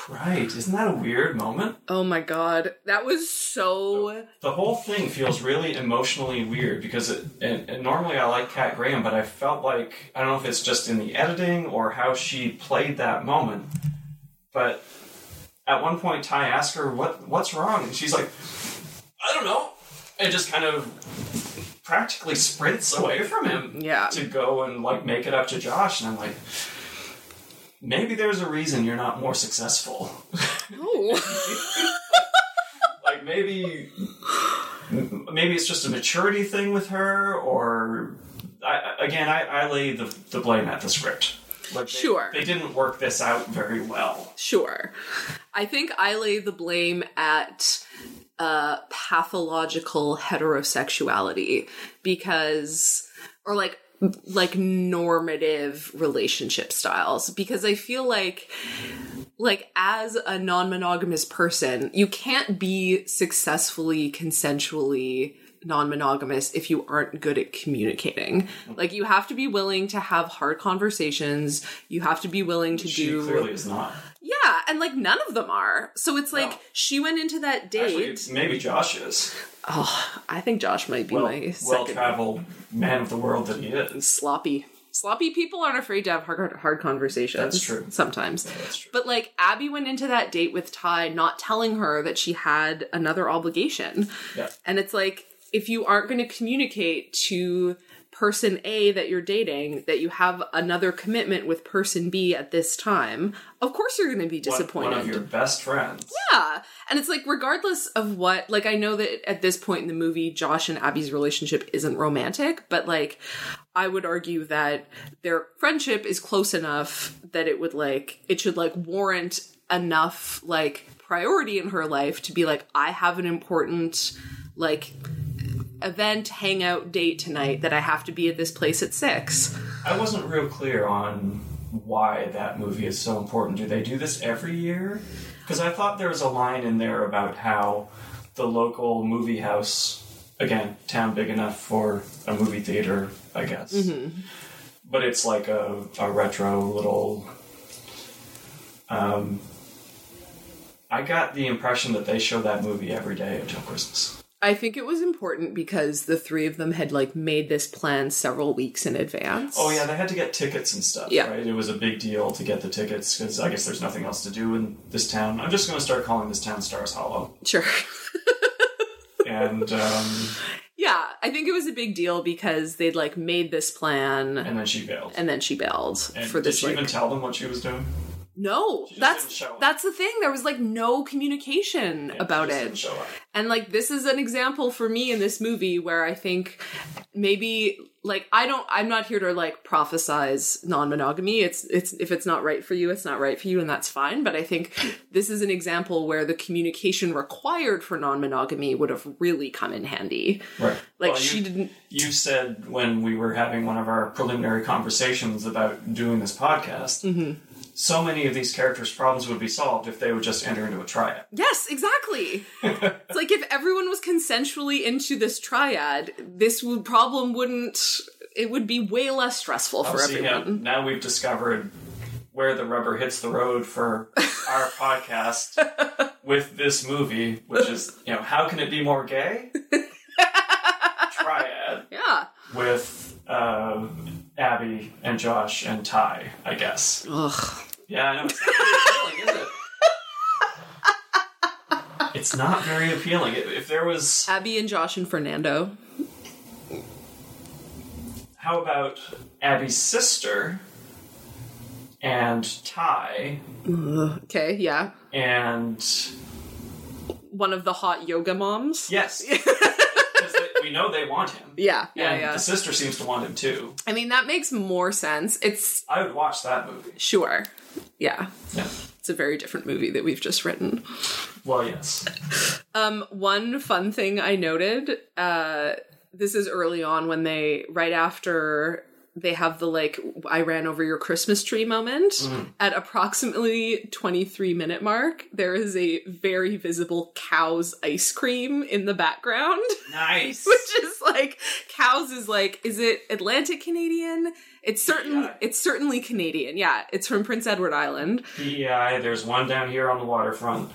Speaker 2: right isn't that a weird moment
Speaker 3: Oh my god. That was so
Speaker 2: the whole thing feels really emotionally weird because it and, and normally i like kat graham but i felt like i don't know if it's just in the editing or how she played that moment but at one point ty asked her what what's wrong and she's like i don't know and just kind of practically sprints away from him
Speaker 3: Yeah.
Speaker 2: to go and like make it up to josh and i'm like maybe there's a reason you're not more successful
Speaker 3: Oh.
Speaker 2: like maybe maybe it's just a maturity thing with her or I, again I, I lay the, the blame at the script like they,
Speaker 3: Sure.
Speaker 2: they didn't work this out very well
Speaker 3: Sure. I think I lay the blame at uh, pathological heterosexuality because, or like, like normative relationship styles because I feel like like as a non-monogamous person you can't be successfully consensually non-monogamous if you aren't good at communicating like you have to be willing to have hard conversations you have to be willing to
Speaker 2: she
Speaker 3: do
Speaker 2: clearly is not
Speaker 3: yeah, and like none of them are. So it's like
Speaker 2: No.
Speaker 3: she went into that
Speaker 2: Actually,
Speaker 3: date.
Speaker 2: maybe Josh is
Speaker 3: I think Josh might be my
Speaker 2: well, well
Speaker 3: second
Speaker 2: traveled man of the world that he is
Speaker 3: sloppy. Sloppy people aren't afraid to have hard, hard conversations.
Speaker 2: That's true.
Speaker 3: Sometimes.
Speaker 2: that's true.
Speaker 3: But like Abby went into that date with Ty not telling her that she had another obligation.
Speaker 2: Yeah.
Speaker 3: And it's like if you aren't going to communicate to person A that you're dating that you have another commitment with person B at this time, of course you're going to be
Speaker 2: One-
Speaker 3: disappointed.
Speaker 2: one of your best friends
Speaker 3: Yeah. And it's like, regardless of what, like, I know that at this point in the movie, Josh and Abby's relationship isn't romantic, but like, I would argue that their friendship is close enough that it would like, it should like warrant enough like priority in her life to be like, I have an important like event, hangout, date tonight that I have to be at this place at six.
Speaker 2: I wasn't real clear on why that movie is so important. Do they do this every year? Because I thought there was a line in there about how the local movie house, again, town big enough for a movie theater, I guess. But it's like a, a retro little. Um, I got the impression that they show that movie every day until Christmas.
Speaker 3: I think it was important because the three of them had like made this plan several weeks in advance.
Speaker 2: Oh yeah, they had to get tickets and stuff.
Speaker 3: Yeah.
Speaker 2: right. It was a big deal to get the tickets because I guess there's nothing else to do in this town. I'm just going to start calling this town Stars Hollow.
Speaker 3: Sure.
Speaker 2: And um,
Speaker 3: yeah, I think it was a big deal because they'd like made this plan and,
Speaker 2: and then she bailed.
Speaker 3: then she bailed
Speaker 2: And
Speaker 3: for
Speaker 2: did
Speaker 3: this
Speaker 2: she
Speaker 3: like
Speaker 2: even tell them what she was doing?
Speaker 3: No,
Speaker 2: just didn't
Speaker 3: that's
Speaker 2: show up.
Speaker 3: that's the thing. There was like no communication
Speaker 2: Yeah,
Speaker 3: about
Speaker 2: she just didn't
Speaker 3: it.
Speaker 2: show up.
Speaker 3: And like this is an example for me in this movie where I think maybe like I don't I'm not here to like prophesize non-monogamy. It's it's if it's not right for you, it's not right for you and that's fine, but I think this is an example where the communication required for non-monogamy would have really come in handy.
Speaker 2: Right.
Speaker 3: Like
Speaker 2: Well,
Speaker 3: she
Speaker 2: you,
Speaker 3: didn't
Speaker 2: You said when we were having one of our preliminary conversations about doing this podcast,
Speaker 3: Mm-hmm.
Speaker 2: so many of these characters' problems would be solved if they would just enter into a triad.
Speaker 3: Yes, exactly. it's like if everyone was consensually into this triad, this would, problem wouldn't. It would be way less stressful for
Speaker 2: See, yeah,
Speaker 3: everyone.
Speaker 2: now we've discovered where the rubber hits the road for our podcast with this movie, which is, you know, how can it be more gay? Triad
Speaker 3: Yeah.
Speaker 2: with uh, Abby and Josh and Ty, I guess.
Speaker 3: Ugh.
Speaker 2: Yeah, I know. It's not very appealing, is it? It's not very appealing. If if there was,
Speaker 3: Abby and Josh and Fernando.
Speaker 2: how about Abby's sister and Ty
Speaker 3: Okay. Yeah.
Speaker 2: and
Speaker 3: One of the hot yoga moms.
Speaker 2: Yes. 'Cause they- we know they want him.
Speaker 3: Yeah. Yeah.
Speaker 2: and
Speaker 3: yeah.
Speaker 2: the sister seems to want him too.
Speaker 3: I mean, that makes more sense. It's
Speaker 2: I would watch that movie.
Speaker 3: sure. Yeah.
Speaker 2: Yeah.
Speaker 3: It's a very different movie that we've just written.
Speaker 2: Well, yes.
Speaker 3: Um, one fun thing I noted, uh, this is early on when they, right after they have the like, I ran over your Christmas tree moment,
Speaker 2: Mm-hmm.
Speaker 3: at approximately 23 minute mark, there is a very visible cow's ice cream in the background,
Speaker 2: Nice.
Speaker 3: which is like, cows is like, is it Atlantic Canadian? It's certain,
Speaker 2: Yeah.
Speaker 3: it's certainly Canadian. Yeah. It's from Prince Edward Island.
Speaker 2: PEI. E There's one down here on the waterfront.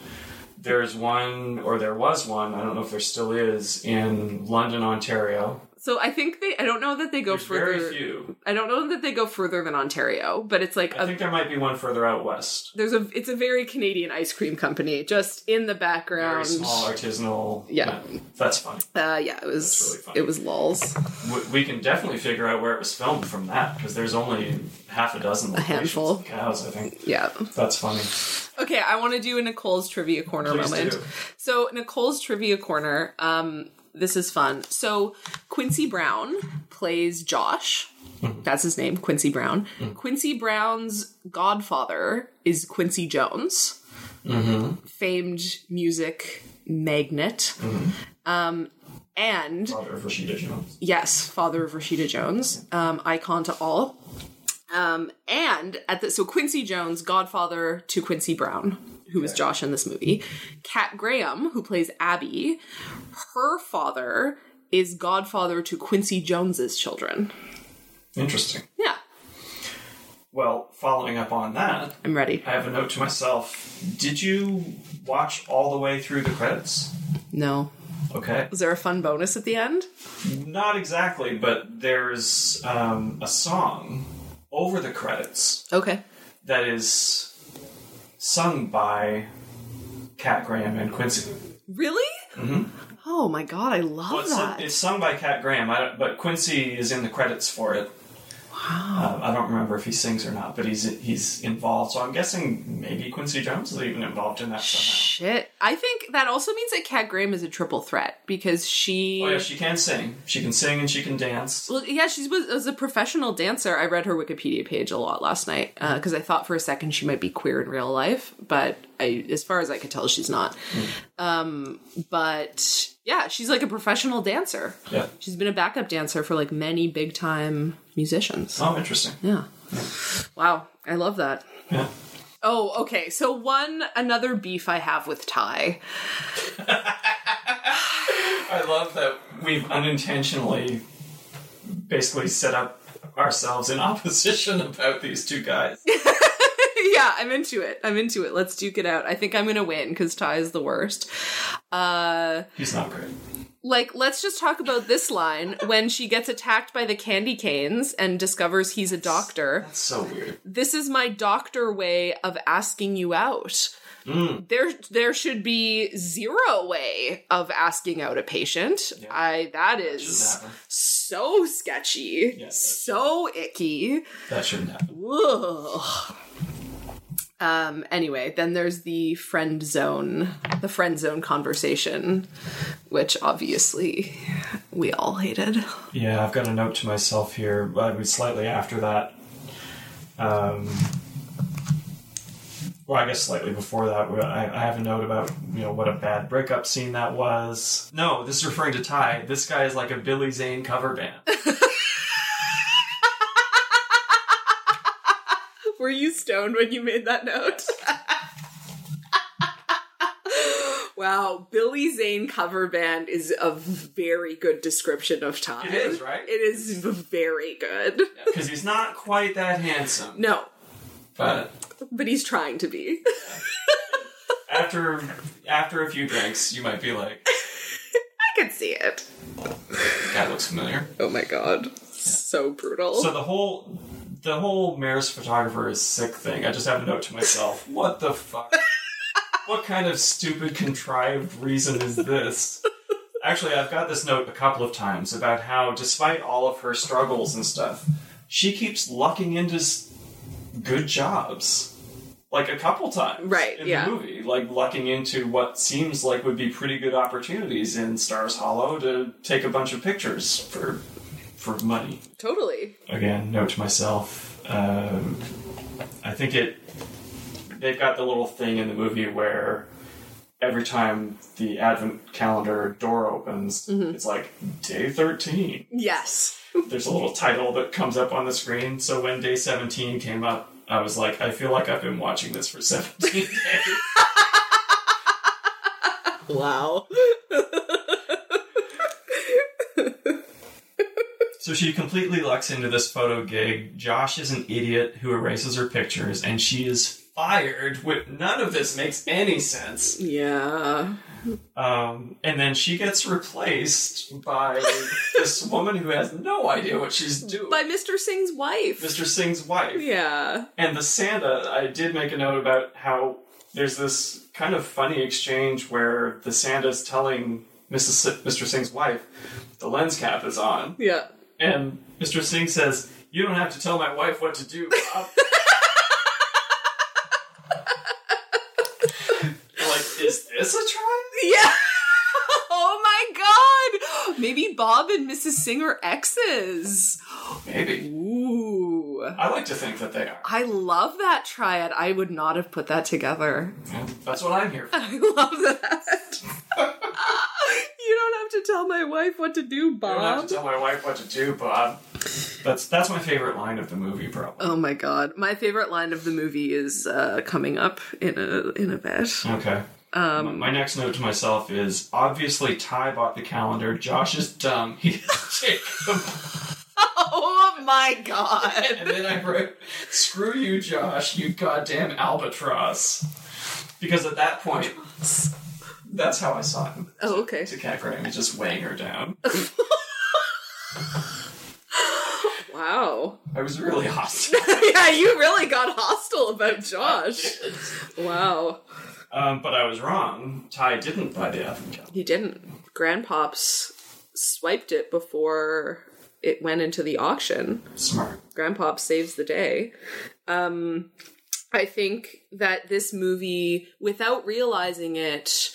Speaker 2: There's one, or there was one. I don't know if there still is in London, Ontario.
Speaker 3: So I think they, I don't know that they go
Speaker 2: There's
Speaker 3: further.
Speaker 2: very few.
Speaker 3: I don't know that they go further than Ontario, but it's like
Speaker 2: I
Speaker 3: a,
Speaker 2: think there might be one further out west.
Speaker 3: there's a it's a very Canadian ice cream company just in the
Speaker 2: Very
Speaker 3: background.
Speaker 2: small artisanal.
Speaker 3: Yeah.
Speaker 2: that's funny.
Speaker 3: Uh, yeah, it was
Speaker 2: That's really funny.
Speaker 3: it was lols
Speaker 2: We- We can definitely figure out where it was filmed from that because there's only half a dozen. A
Speaker 3: handful.
Speaker 2: cows. I think
Speaker 3: Yeah.
Speaker 2: that's funny.
Speaker 3: Okay, I want to do a Nicole's trivia corner
Speaker 2: Please
Speaker 3: moment.
Speaker 2: do.
Speaker 3: So Nicole's trivia corner. Um, this is fun. So Quincy Brown plays Josh.
Speaker 2: Mm-hmm.
Speaker 3: That's his name, Quincy Brown. Quincy Brown's godfather is Quincy Jones,
Speaker 2: Mm-hmm.
Speaker 3: famed music magnet.
Speaker 2: Mm-hmm.
Speaker 3: Um, and
Speaker 2: Father of Rashida Jones.
Speaker 3: Yes, father of Rashida Jones, um, icon to all. Um, and at the so Quincy Jones, godfather to Quincy Brown, who was Josh in this movie. Kat Graham, who plays Abby, her father is godfather to Quincy Jones's children.
Speaker 2: Interesting.
Speaker 3: Yeah,
Speaker 2: Well, following up on that,
Speaker 3: I'm ready.
Speaker 2: I have a note to myself. Did you watch all the way through the credits?
Speaker 3: No,
Speaker 2: Okay.
Speaker 3: was there a fun bonus at the end?
Speaker 2: Not exactly, but there's um, a song over the credits
Speaker 3: Okay,
Speaker 2: that is sung by Cat Graham and Quincy.
Speaker 3: really?
Speaker 2: Mm-hmm.
Speaker 3: Oh my god, I love
Speaker 2: Well, it's, sung,
Speaker 3: that.
Speaker 2: it's sung by Cat Graham, I don't, but Quincy is in the credits for it. Wow. I don't remember if he sings or not, but he's he's involved. So I'm guessing maybe Quincy Jones is even involved in that somehow.
Speaker 3: Shit, I think that also means that Kat Graham is a triple threat because she.
Speaker 2: Oh yeah, she can sing. She can sing and she can dance.
Speaker 3: Well, yeah, she was, was a professional dancer. uh, I read her Wikipedia page a lot last night because I thought for a second she might be queer in real life, but I as far as I could tell, she's not. Um, but yeah, she's like a professional dancer.
Speaker 2: Yeah.
Speaker 3: She's been a backup dancer for like many big time musicians.
Speaker 2: Oh, interesting.
Speaker 3: Yeah. Wow, I love that.
Speaker 2: Yeah.
Speaker 3: Oh, okay. So one another beef I have with Ty.
Speaker 2: I love that we've unintentionally basically set up ourselves in opposition about these two guys.
Speaker 3: yeah, I'm into it. I'm into it. Let's duke it out. I think I'm gonna win because Ty is the worst. Uh
Speaker 2: He's not great.
Speaker 3: like let's just talk about this line when she gets attacked by the candy canes and discovers he's a doctor.
Speaker 2: That's so weird.
Speaker 3: This is my doctor way of asking you out.
Speaker 2: Mm.
Speaker 3: There there should be zero way of asking out a patient.
Speaker 2: Yeah.
Speaker 3: I that
Speaker 2: Shouldn't
Speaker 3: is
Speaker 2: happen.
Speaker 3: so sketchy,
Speaker 2: Yeah.
Speaker 3: so icky.
Speaker 2: That shouldn't happen.
Speaker 3: Ugh. Um, anyway, then there's the friend zone, the friend zone conversation, which obviously we all hated.
Speaker 2: Yeah, I've got a note to myself here, but it was slightly after that. Um, well, I guess slightly before that, where I, I have a note about you know what a bad breakup scene that was. No, this is referring to Ty. This guy is like a Billy Zane cover band.
Speaker 3: Were you stoned when you made that note? wow, Billy Zane cover band is a very good description of time.
Speaker 2: It is, right?
Speaker 3: It is very good.
Speaker 2: because he's not quite that handsome.
Speaker 3: No,
Speaker 2: But
Speaker 3: but he's trying to be.
Speaker 2: after after a few drinks, you might be like,
Speaker 3: I can see it.
Speaker 2: "That looks familiar."
Speaker 3: Oh my god. So brutal.
Speaker 2: So the whole the whole Maris photographer is sick thing. I just have a note to myself. What the fuck? what kind of stupid contrived reason is this? Actually, I've got this note a couple of times about how, despite all of her struggles and stuff, she keeps lucking into s- good jobs. Like a couple times,
Speaker 3: Right,
Speaker 2: In
Speaker 3: yeah.
Speaker 2: the movie, like lucking into what seems like would be pretty good opportunities in Stars Hollow to take a bunch of pictures for for money
Speaker 3: totally.
Speaker 2: again, note to myself. Um, I think it. They've got the little thing in the movie where every time the advent calendar door opens, it's like day 13.
Speaker 3: Yes.
Speaker 2: There's a little title that comes up on the screen. So when day 17 came up, I was like, I feel like I've been watching this for 17 days.
Speaker 3: Wow.
Speaker 2: So she completely lucks into this photo gig. Josh is an idiot who erases her pictures, and she is fired. With none of this makes any sense.
Speaker 3: Yeah.
Speaker 2: Um, and then she gets replaced by this woman who has no idea what she's doing.
Speaker 3: By Mr. Singh's wife.
Speaker 2: Mr. Singh's wife.
Speaker 3: Yeah.
Speaker 2: And the Santa, I did make a note about how there's this kind of funny exchange where the Santa's telling Mrs. S- Mr. Singh's wife the lens cap is on.
Speaker 3: Yeah.
Speaker 2: And Mr. Singh says, You don't have to tell my wife what to do, Bob. like, is this a try?
Speaker 3: Yeah. oh my god. Maybe Bob and Mrs. Singh are exes.
Speaker 2: Maybe.
Speaker 3: Ooh.
Speaker 2: I like to think that they are.
Speaker 3: I love that triad. I would not have put that together.
Speaker 2: That's what I'm here for.
Speaker 3: I love that. you don't have to tell my wife what to do,
Speaker 2: I don't have
Speaker 3: Bob.
Speaker 2: to tell my wife what to do, Bob. That's that's my favorite line of the movie, probably.
Speaker 3: Oh my god. My favorite line of the movie is uh, coming up in a in a bit.
Speaker 2: Okay. Oh. Um, my next note to myself is obviously Ty bought the calendar. Josh is dumb. He is Jacob.
Speaker 3: Oh my god.
Speaker 2: and then I wrote, "Screw you, Josh. You goddamn albatross." Because at that point, that's how I saw him.
Speaker 3: Oh, okay.
Speaker 2: To cat Graham is just weighing her down.
Speaker 3: Wow.
Speaker 2: I was really hostile.
Speaker 3: yeah, you really got hostile about Josh. Wow.
Speaker 2: um, but I was wrong. Ty didn't buy the advent calendar.
Speaker 3: He didn't. Grandpops swiped it before it went into the auction.
Speaker 2: Smart.
Speaker 3: Grandpop saves the day. Um, I think that this movie, without realizing it,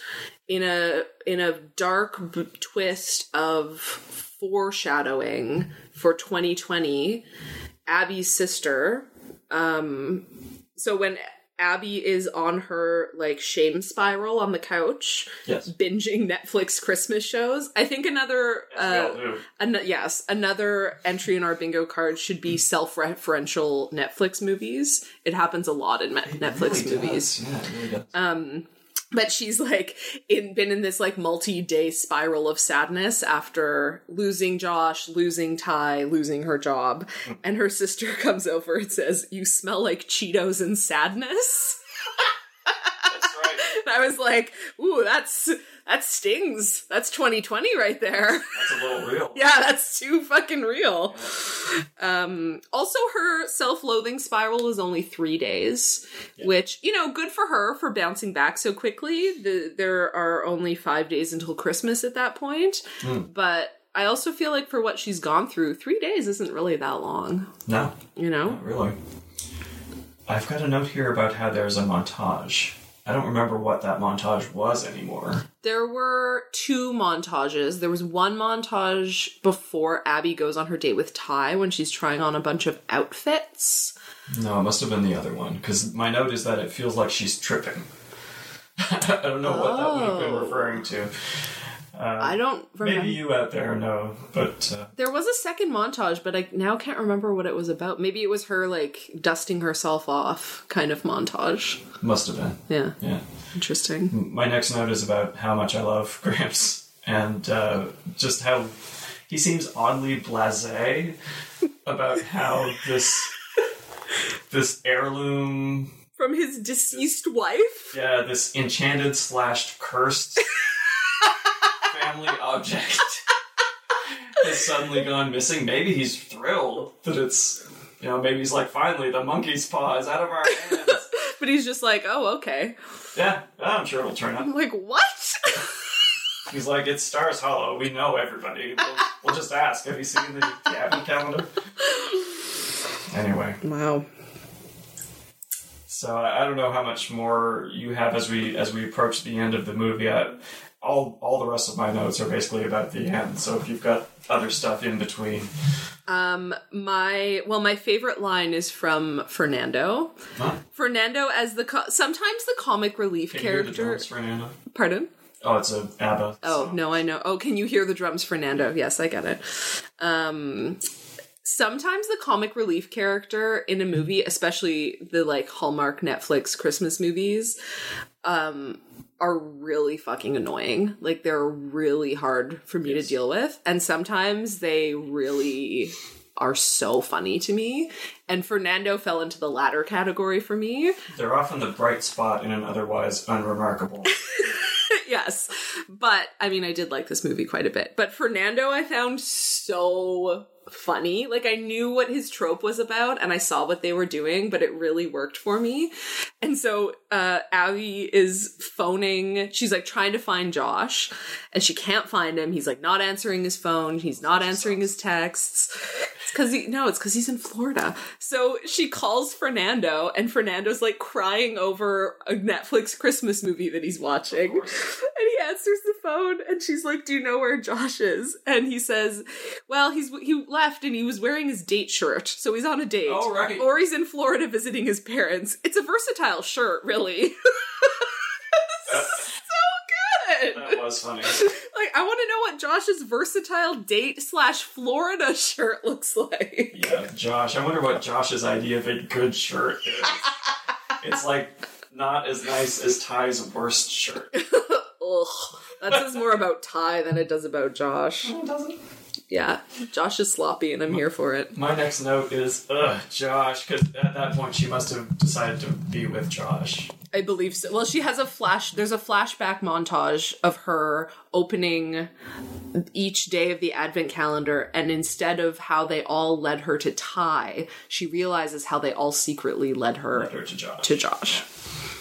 Speaker 3: in a in a dark b- twist of foreshadowing for 2020, Abby's sister. Um, so when Abby is on her like shame spiral on the couch,
Speaker 2: Yes.
Speaker 3: binging Netflix Christmas shows. I think another,
Speaker 2: Yes,
Speaker 3: uh,
Speaker 2: we all do.
Speaker 3: an- yes, another entry in our bingo card should
Speaker 2: Hmm.
Speaker 3: be self-referential Netflix movies. It happens a lot in me- Netflix
Speaker 2: Really
Speaker 3: movies.
Speaker 2: does. Yeah, it really does.
Speaker 3: Um, but she's like in been in this like multi-day spiral of sadness after losing Josh, losing Ty, losing her job,
Speaker 2: Hmm.
Speaker 3: and her sister comes over and says, "You smell like Cheetos and sadness."
Speaker 2: That's right.
Speaker 3: And I was like, "Ooh, that's that stings. That's 2020 right there."
Speaker 2: That's a little real.
Speaker 3: yeah, that's too fucking real. Um, also, her self loathing spiral was only three days, which, you know, good for her for bouncing back so quickly. The, there are only five days until Christmas at that point. But I also feel like for what she's gone through, three days isn't really that long,
Speaker 2: No,
Speaker 3: you know?
Speaker 2: not really. I've got a note here about how there's a montage. I don't remember what that montage was anymore.
Speaker 3: There were two montages. There was one montage before Abby goes on her date with Ty when she's trying on a bunch of outfits.
Speaker 2: No, it must have been the other one because my note is that it feels like she's tripping. I don't know what that would have been
Speaker 3: Oh.
Speaker 2: referring to.
Speaker 3: I don't remember.
Speaker 2: Uh, Maybe you out there know, but uh,
Speaker 3: There was a second montage, but I now can't remember what it was about. Maybe it was her like dusting herself off kind of montage.
Speaker 2: must have been.
Speaker 3: Yeah,
Speaker 2: Yeah.
Speaker 3: interesting.
Speaker 2: My next note is about how much I love Gramps and uh, just how he seems oddly blasé about how this this heirloom,
Speaker 3: From his deceased wife?
Speaker 2: yeah, this enchanted slashed cursed family object has suddenly gone missing. Maybe he's thrilled that it's you know maybe he's like finally the monkey's paw is out of our hands.
Speaker 3: But he's just like, oh, okay.
Speaker 2: yeah, I'm sure it'll turn up.
Speaker 3: I'm like, what?
Speaker 2: He's like, it's Stars Hollow. We know everybody. We'll, we'll just ask. Have you seen the cabin calendar? Anyway,
Speaker 3: wow.
Speaker 2: so I I don't know how much more you have as we as we approach the end of the movie. I, all all the rest of my notes are basically about the end. So if you've got other stuff in between,
Speaker 3: Um, my well, my favorite line is from Fernando.
Speaker 2: Huh?
Speaker 3: Fernando as the co- sometimes the comic relief
Speaker 2: can you hear the
Speaker 3: character.
Speaker 2: drums, Fernando?
Speaker 3: Pardon.
Speaker 2: Oh, it's a ABBA.
Speaker 3: Oh,
Speaker 2: song.
Speaker 3: no, I know. Oh, can you hear the drums, Fernando? Yes, I get it. Um sometimes the comic relief character in a movie, especially the like Hallmark Netflix Christmas movies, um are really fucking annoying. Like they're really hard for me to deal with, and sometimes they really are so funny to me. And Fernando fell into the latter category for me.
Speaker 2: They're often the bright spot in an otherwise unremarkable.
Speaker 3: yes. But I mean, I did like this movie quite a bit. But Fernando, I found so funny. Like, I knew what his trope was about and I saw what they were doing, but it really worked for me. And so, uh, Abby is phoning. She's like trying to find Josh and she can't find him. He's like not answering his phone. He's not answering his texts. It's because he, no, it's because he's in Florida. So she calls Fernando and Fernando's like crying over a Netflix Christmas movie that he's
Speaker 2: Oh.
Speaker 3: watching. And he answers the phone, and she's like, "Do you know where Josh is?" And he says, "Well, he's he left, and he was wearing his date shirt, so he's on a date,
Speaker 2: Oh, right.
Speaker 3: or he's in Florida visiting his parents. It's a versatile shirt, really." so good.
Speaker 2: that was funny.
Speaker 3: Like, I want to know what Josh's versatile date slash Florida shirt looks like.
Speaker 2: Yeah, Josh. I wonder what Josh's idea of a good shirt is. it's like not as nice as Ty's worst shirt.
Speaker 3: Ugh, that says more about Ty than it does about Josh. Yeah, Josh is sloppy, and I'm here for it.
Speaker 2: My next note is, ugh, Josh, because at that point she must have decided to be with Josh.
Speaker 3: I believe so. Well, she has a flash. There's a flashback montage of her opening each day of the advent calendar, and instead of how they all led her to Ty, she realizes how they all secretly led her
Speaker 2: Or to Josh.
Speaker 3: to Josh.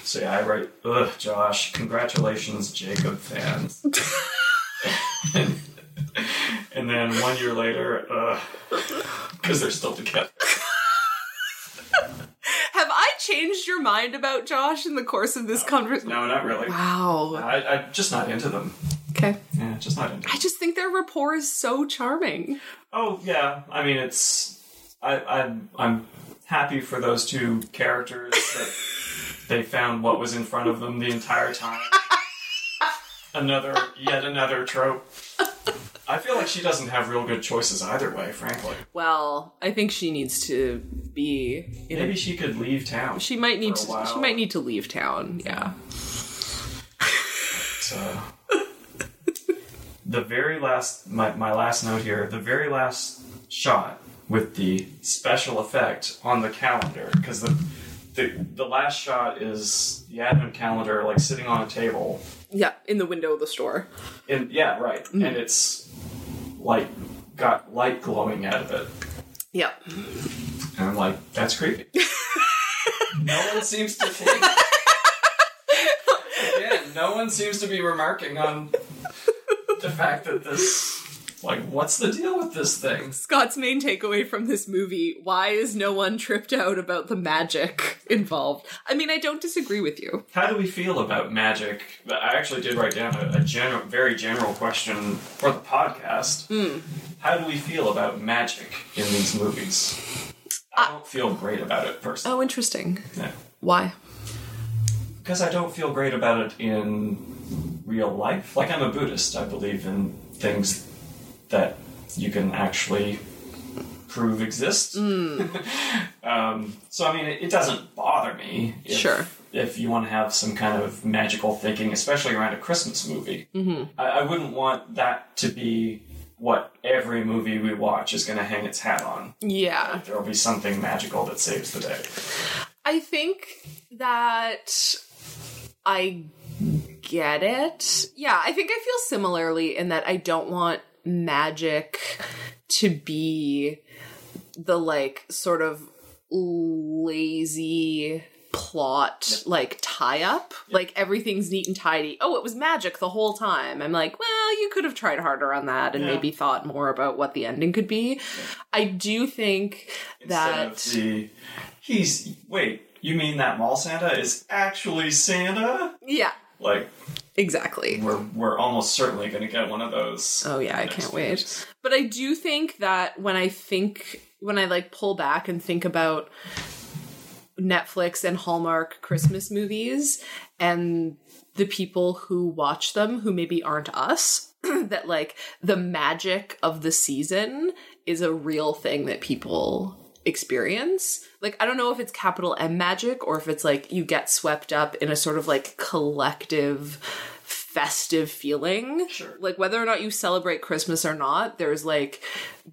Speaker 2: So yeah, I write, ugh, Josh, congratulations, Jacob fans. and then one year later, ugh, because they're still together.
Speaker 3: Have I changed your mind about Josh in the course of this conversation?
Speaker 2: No, not really.
Speaker 3: Wow.
Speaker 2: I, I'm just not into them.
Speaker 3: Okay.
Speaker 2: Yeah, just not into them.
Speaker 3: I just think their rapport is so charming.
Speaker 2: Oh yeah, I mean it's I, I'm I'm happy for those two characters that they found what was in front of them the entire time. another, yet another trope. I feel like she doesn't have real good choices either way, frankly.
Speaker 3: Well, I think she needs to be. In
Speaker 2: Maybe
Speaker 3: a,
Speaker 2: she could leave town.
Speaker 3: she might need
Speaker 2: for a
Speaker 3: to.
Speaker 2: while.
Speaker 3: She might need to leave town. Yeah.
Speaker 2: But, uh, the very last, my, my last note here, the very last shot with the special effect on the calendar, because the, the the last shot is the advent calendar, like sitting on a table,
Speaker 3: Yeah, in the window of the store.
Speaker 2: and yeah, right, and it's like got light glowing out of it,
Speaker 3: Yeah.
Speaker 2: and I'm like, that's creepy. no one seems to think. Again, no one seems to be remarking on the fact that this. Like, what's the deal with this thing?
Speaker 3: Scott's main takeaway from this movie why is no one tripped out about the magic involved? I mean, I don't disagree with you.
Speaker 2: How do we feel about magic? I actually did write down a, a general, very general question for the podcast. How do we feel about magic in these movies? I don't feel great about it personally.
Speaker 3: Oh, interesting.
Speaker 2: No.
Speaker 3: Why?
Speaker 2: Because I don't feel great about it in real life. Like, I'm a Buddhist. I believe in things that you can actually prove exist. um, so, I mean, it, it doesn't bother me. If,
Speaker 3: Sure.
Speaker 2: If you want to have some kind of magical thinking, especially around a Christmas movie, I, I wouldn't want that to be what every movie we watch is going to hang its hat on.
Speaker 3: Yeah.
Speaker 2: There will be something magical that saves the day.
Speaker 3: I think that I get it. Yeah, I think I feel similarly in that I don't want magic to be the like sort of lazy plot like tie up like everything's neat and tidy oh it was magic the whole time i'm like well you could have tried harder on that and
Speaker 2: Yeah.
Speaker 3: maybe thought more about what the ending could be i do think that
Speaker 2: Instead of the, he's wait, you mean that mall Santa is actually Santa?
Speaker 3: yeah
Speaker 2: Like
Speaker 3: exactly
Speaker 2: we're we're almost certainly going to get one of those.
Speaker 3: Oh yeah, I
Speaker 2: next
Speaker 3: can't
Speaker 2: few
Speaker 3: wait.
Speaker 2: years.
Speaker 3: But I do think that when I think when I like pull back and think about Netflix and Hallmark Christmas movies and the people who watch them who maybe aren't us that like the magic of the season is a real thing that people experience. Like I don't know if it's capital M magic or if it's like you get swept up in a sort of like collective festive feeling.
Speaker 2: Sure.
Speaker 3: Like whether or not you celebrate Christmas or not, there's like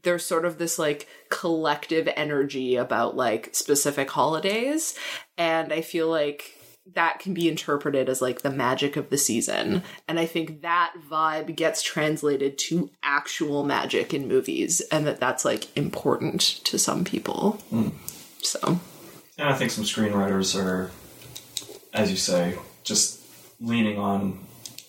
Speaker 3: there's sort of this like collective energy about like specific holidays and I feel like that can be interpreted as like the magic of the season. And I think that vibe gets translated to actual magic in movies and that that's like important to some people. So,
Speaker 2: And I think some screenwriters are, as you say, just leaning on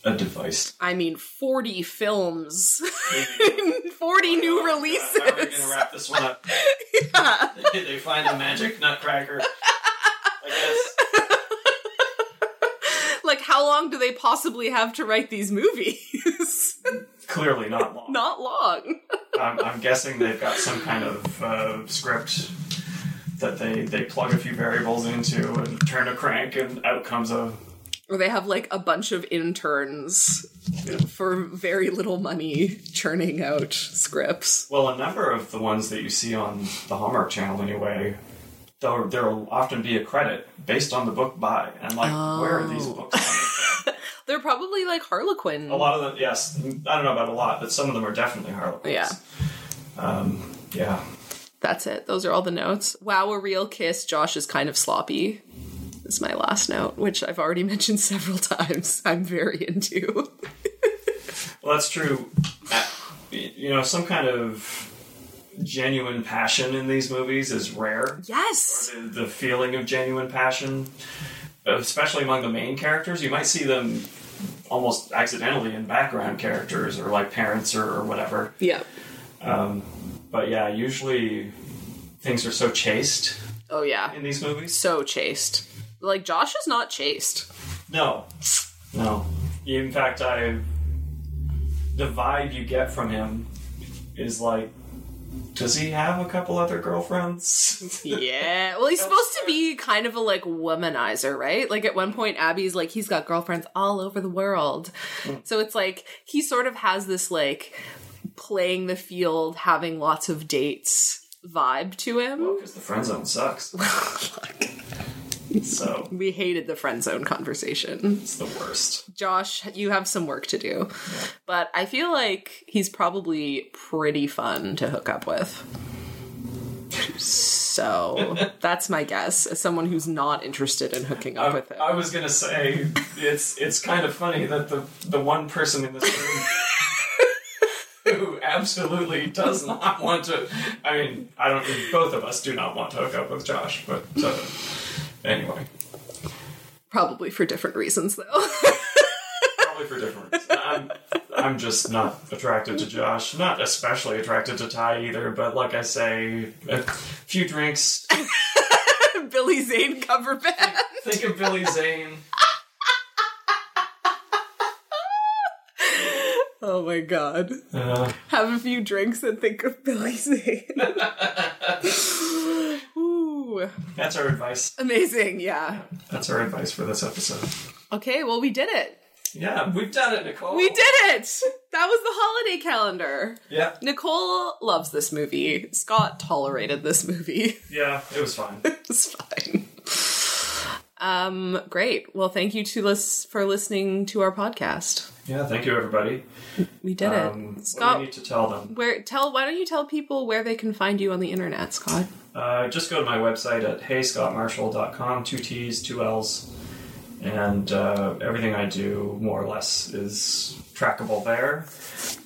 Speaker 2: a device.
Speaker 3: I mean, 40 films,
Speaker 2: Maybe-
Speaker 3: 40 new
Speaker 2: How are we going to
Speaker 3: releases.
Speaker 2: wrap this one up? they find the magic nutcracker. I guess.
Speaker 3: Like, how long do they possibly have to write these movies?
Speaker 2: Clearly not long.
Speaker 3: Not long.
Speaker 2: I'm, I'm guessing they've got some kind of uh, script that they, they plug a few variables into and turn a crank, and out comes a.
Speaker 3: Or they have like a bunch of interns for very little money churning out scripts.
Speaker 2: Well, a number of the ones that you see on the Hallmark Channel, anyway, there there'll often be a credit based on the book by. And I'm like, where are these books? coming from?
Speaker 3: They're probably like Harlequin.
Speaker 2: a lot of them, yes. I don't know about a lot, but some of them are definitely Harlequins.
Speaker 3: Yeah.
Speaker 2: Um, yeah.
Speaker 3: That's it. Those are all the notes. Wow, a real kiss. Josh is kind of sloppy. Is my last note, which I've already mentioned several times. I'm very into.
Speaker 2: Well, that's true. Uh, You know, some kind of genuine passion in these movies is rare.
Speaker 3: Yes.
Speaker 2: the, the feeling of genuine passion, especially among the main characters. You might see them almost accidentally in background characters or like parents or, or whatever.
Speaker 3: Yeah.
Speaker 2: But yeah, usually things are so chaste
Speaker 3: Oh yeah.
Speaker 2: in these movies.
Speaker 3: So chaste. Like Josh is not chaste.
Speaker 2: No, no. In fact, I the vibe you get from him is like Does he have a couple other girlfriends?
Speaker 3: Yeah. Well, he's supposed to be kind of a like womanizer, right? Like at one point, Abby's like, he's got girlfriends all over the world. So it's like he sort of has this like playing the field, having lots of dates vibe to him.
Speaker 2: Because the friend zone sucks. so
Speaker 3: We hated the friend zone conversation.
Speaker 2: it's the worst.
Speaker 3: Josh, you have some work to do. But I feel like he's probably pretty fun to hook up with. So that's my guess as someone who's not interested in hooking up
Speaker 2: I,
Speaker 3: with him.
Speaker 2: I was gonna say it's it's kind of funny that the the one person in this room who absolutely does not want to. I mean, I don't. Both of us do not want to hook up with Josh, but uh, anyway,
Speaker 3: Probably for different reasons, though.
Speaker 2: probably for different. reasons. I'm I'm just not attracted to Josh. Not especially attracted to Ty either. But like I say, a few drinks.
Speaker 3: Billy Zane cover band.
Speaker 2: Think of Billy Zane.
Speaker 3: Oh my god.
Speaker 2: Uh,
Speaker 3: Have a few drinks and think of Billy Zane. Ooh.
Speaker 2: that's our advice.
Speaker 3: Amazing, yeah.
Speaker 2: That's our advice for this episode.
Speaker 3: Okay, well, we did it.
Speaker 2: Yeah, we've done it, Nicole.
Speaker 3: We did it! That was the holiday calendar.
Speaker 2: Yeah.
Speaker 3: Nicole loves this movie. Scott tolerated this movie.
Speaker 2: Yeah, it was fun.
Speaker 3: it's fine. Um, great. Well, thank you to lis- for listening to our podcast.
Speaker 2: yeah, thank you, everybody.
Speaker 3: We did
Speaker 2: Um,
Speaker 3: it.
Speaker 2: what do
Speaker 3: Scott,
Speaker 2: we need to tell them?
Speaker 3: Where tell why don't you tell people where they can find you on the internet, Scott?
Speaker 2: Uh, just go to my website at heyscottmarshall.com, two T's, two L's, and uh, everything I do, more or less, is trackable there.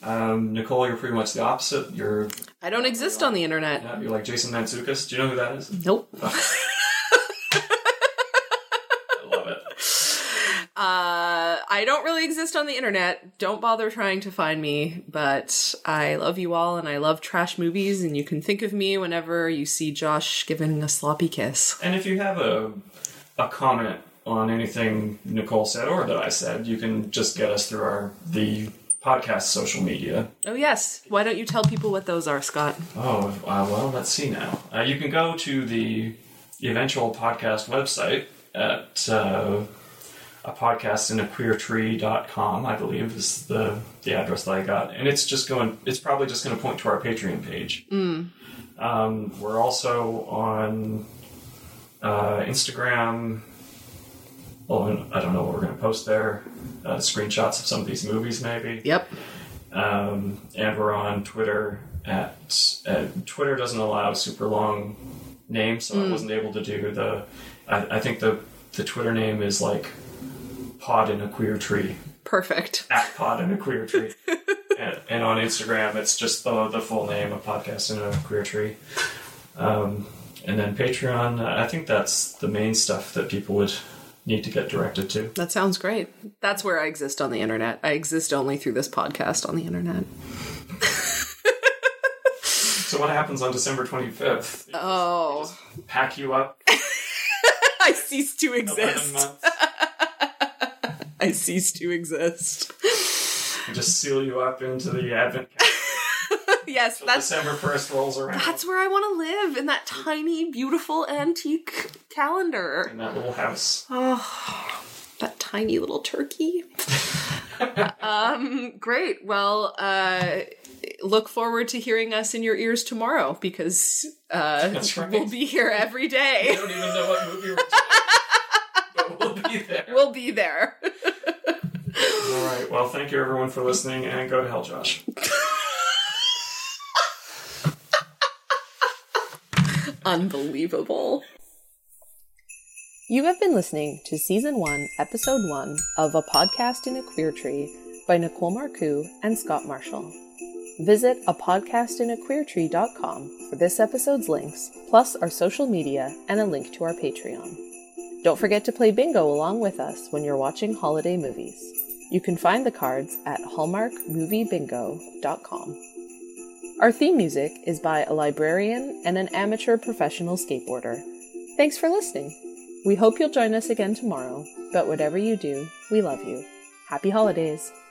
Speaker 2: Um, Nicole, you're pretty much the opposite. You're,
Speaker 3: I don't exist on the internet.
Speaker 2: yeah, you're like Jason Mantzoukas. Do you know who that is?
Speaker 3: Nope.
Speaker 2: I love it.
Speaker 3: Uh, I don't really exist on the internet. Don't bother trying to find me, but I love you all and I love trash movies and you can think of me whenever you see Josh giving a sloppy kiss.
Speaker 2: And if you have a, a comment on anything Nicole said or that I said, you can just get us through our the podcast social media
Speaker 3: Oh yes. Why don't you tell people what those are, Scott?
Speaker 2: Oh, uh, well, let's see now. Uh, you can go to the eventual podcast website at uh, a podcast in a queer tree.com, I believe is the, the address that I got. And it's just going, it's probably just going to point to our Patreon page. Um, we're also on uh, Instagram. Well, I don't know what we're going to post there. Uh, screenshots of some of these movies, maybe.
Speaker 3: Yep.
Speaker 2: Um, and we're on Twitter at, uh Twitter doesn't allow super long names, so I wasn't able to do the. I, I think the the Twitter name is like pod in a queer tree
Speaker 3: Perfect.
Speaker 2: at pod in a queer tree, and, and on Instagram it's just the the full name of podcast in a queer tree. Um, and then Patreon, I think that's the main stuff that people would need to get directed to.
Speaker 3: That sounds great. That's where I exist on the internet. I exist only through this podcast on the internet.
Speaker 2: So what happens on December twenty fifth?
Speaker 3: Oh,
Speaker 2: Pack you up.
Speaker 3: I cease to
Speaker 2: 11
Speaker 3: exist.
Speaker 2: months.
Speaker 3: I cease to exist.
Speaker 2: just seal you up into the advent calendar.
Speaker 3: yes, that's
Speaker 2: December 1st rolls around.
Speaker 3: that's where I want to live in that tiny, beautiful antique calendar.
Speaker 2: in that little house.
Speaker 3: Oh, That tiny little turkey. um, great. Well, uh, look forward to hearing us in your ears tomorrow because uh,
Speaker 2: That's right.
Speaker 3: we'll be here every
Speaker 2: I
Speaker 3: day.
Speaker 2: don't even know what movie we're doing. but we'll be there.
Speaker 3: We'll be there.
Speaker 2: All right. Well, thank you everyone for listening and go to hell, Josh.
Speaker 3: Unbelievable.
Speaker 4: You have been listening to Season 1, Episode 1 of A Podcast in a Queer Tree by Nicole Marcoux and Scott Marshall. Visit apodcastinaqueertree.com for this episode's links, plus our social media and a link to our Patreon. Don't forget to play bingo along with us when you're watching holiday movies. You can find the cards at hallmarkmoviebingo.com. Our theme music is by a librarian and an amateur professional skateboarder. Thanks for listening. We hope you'll join us again tomorrow, but whatever you do, we love you. Happy holidays!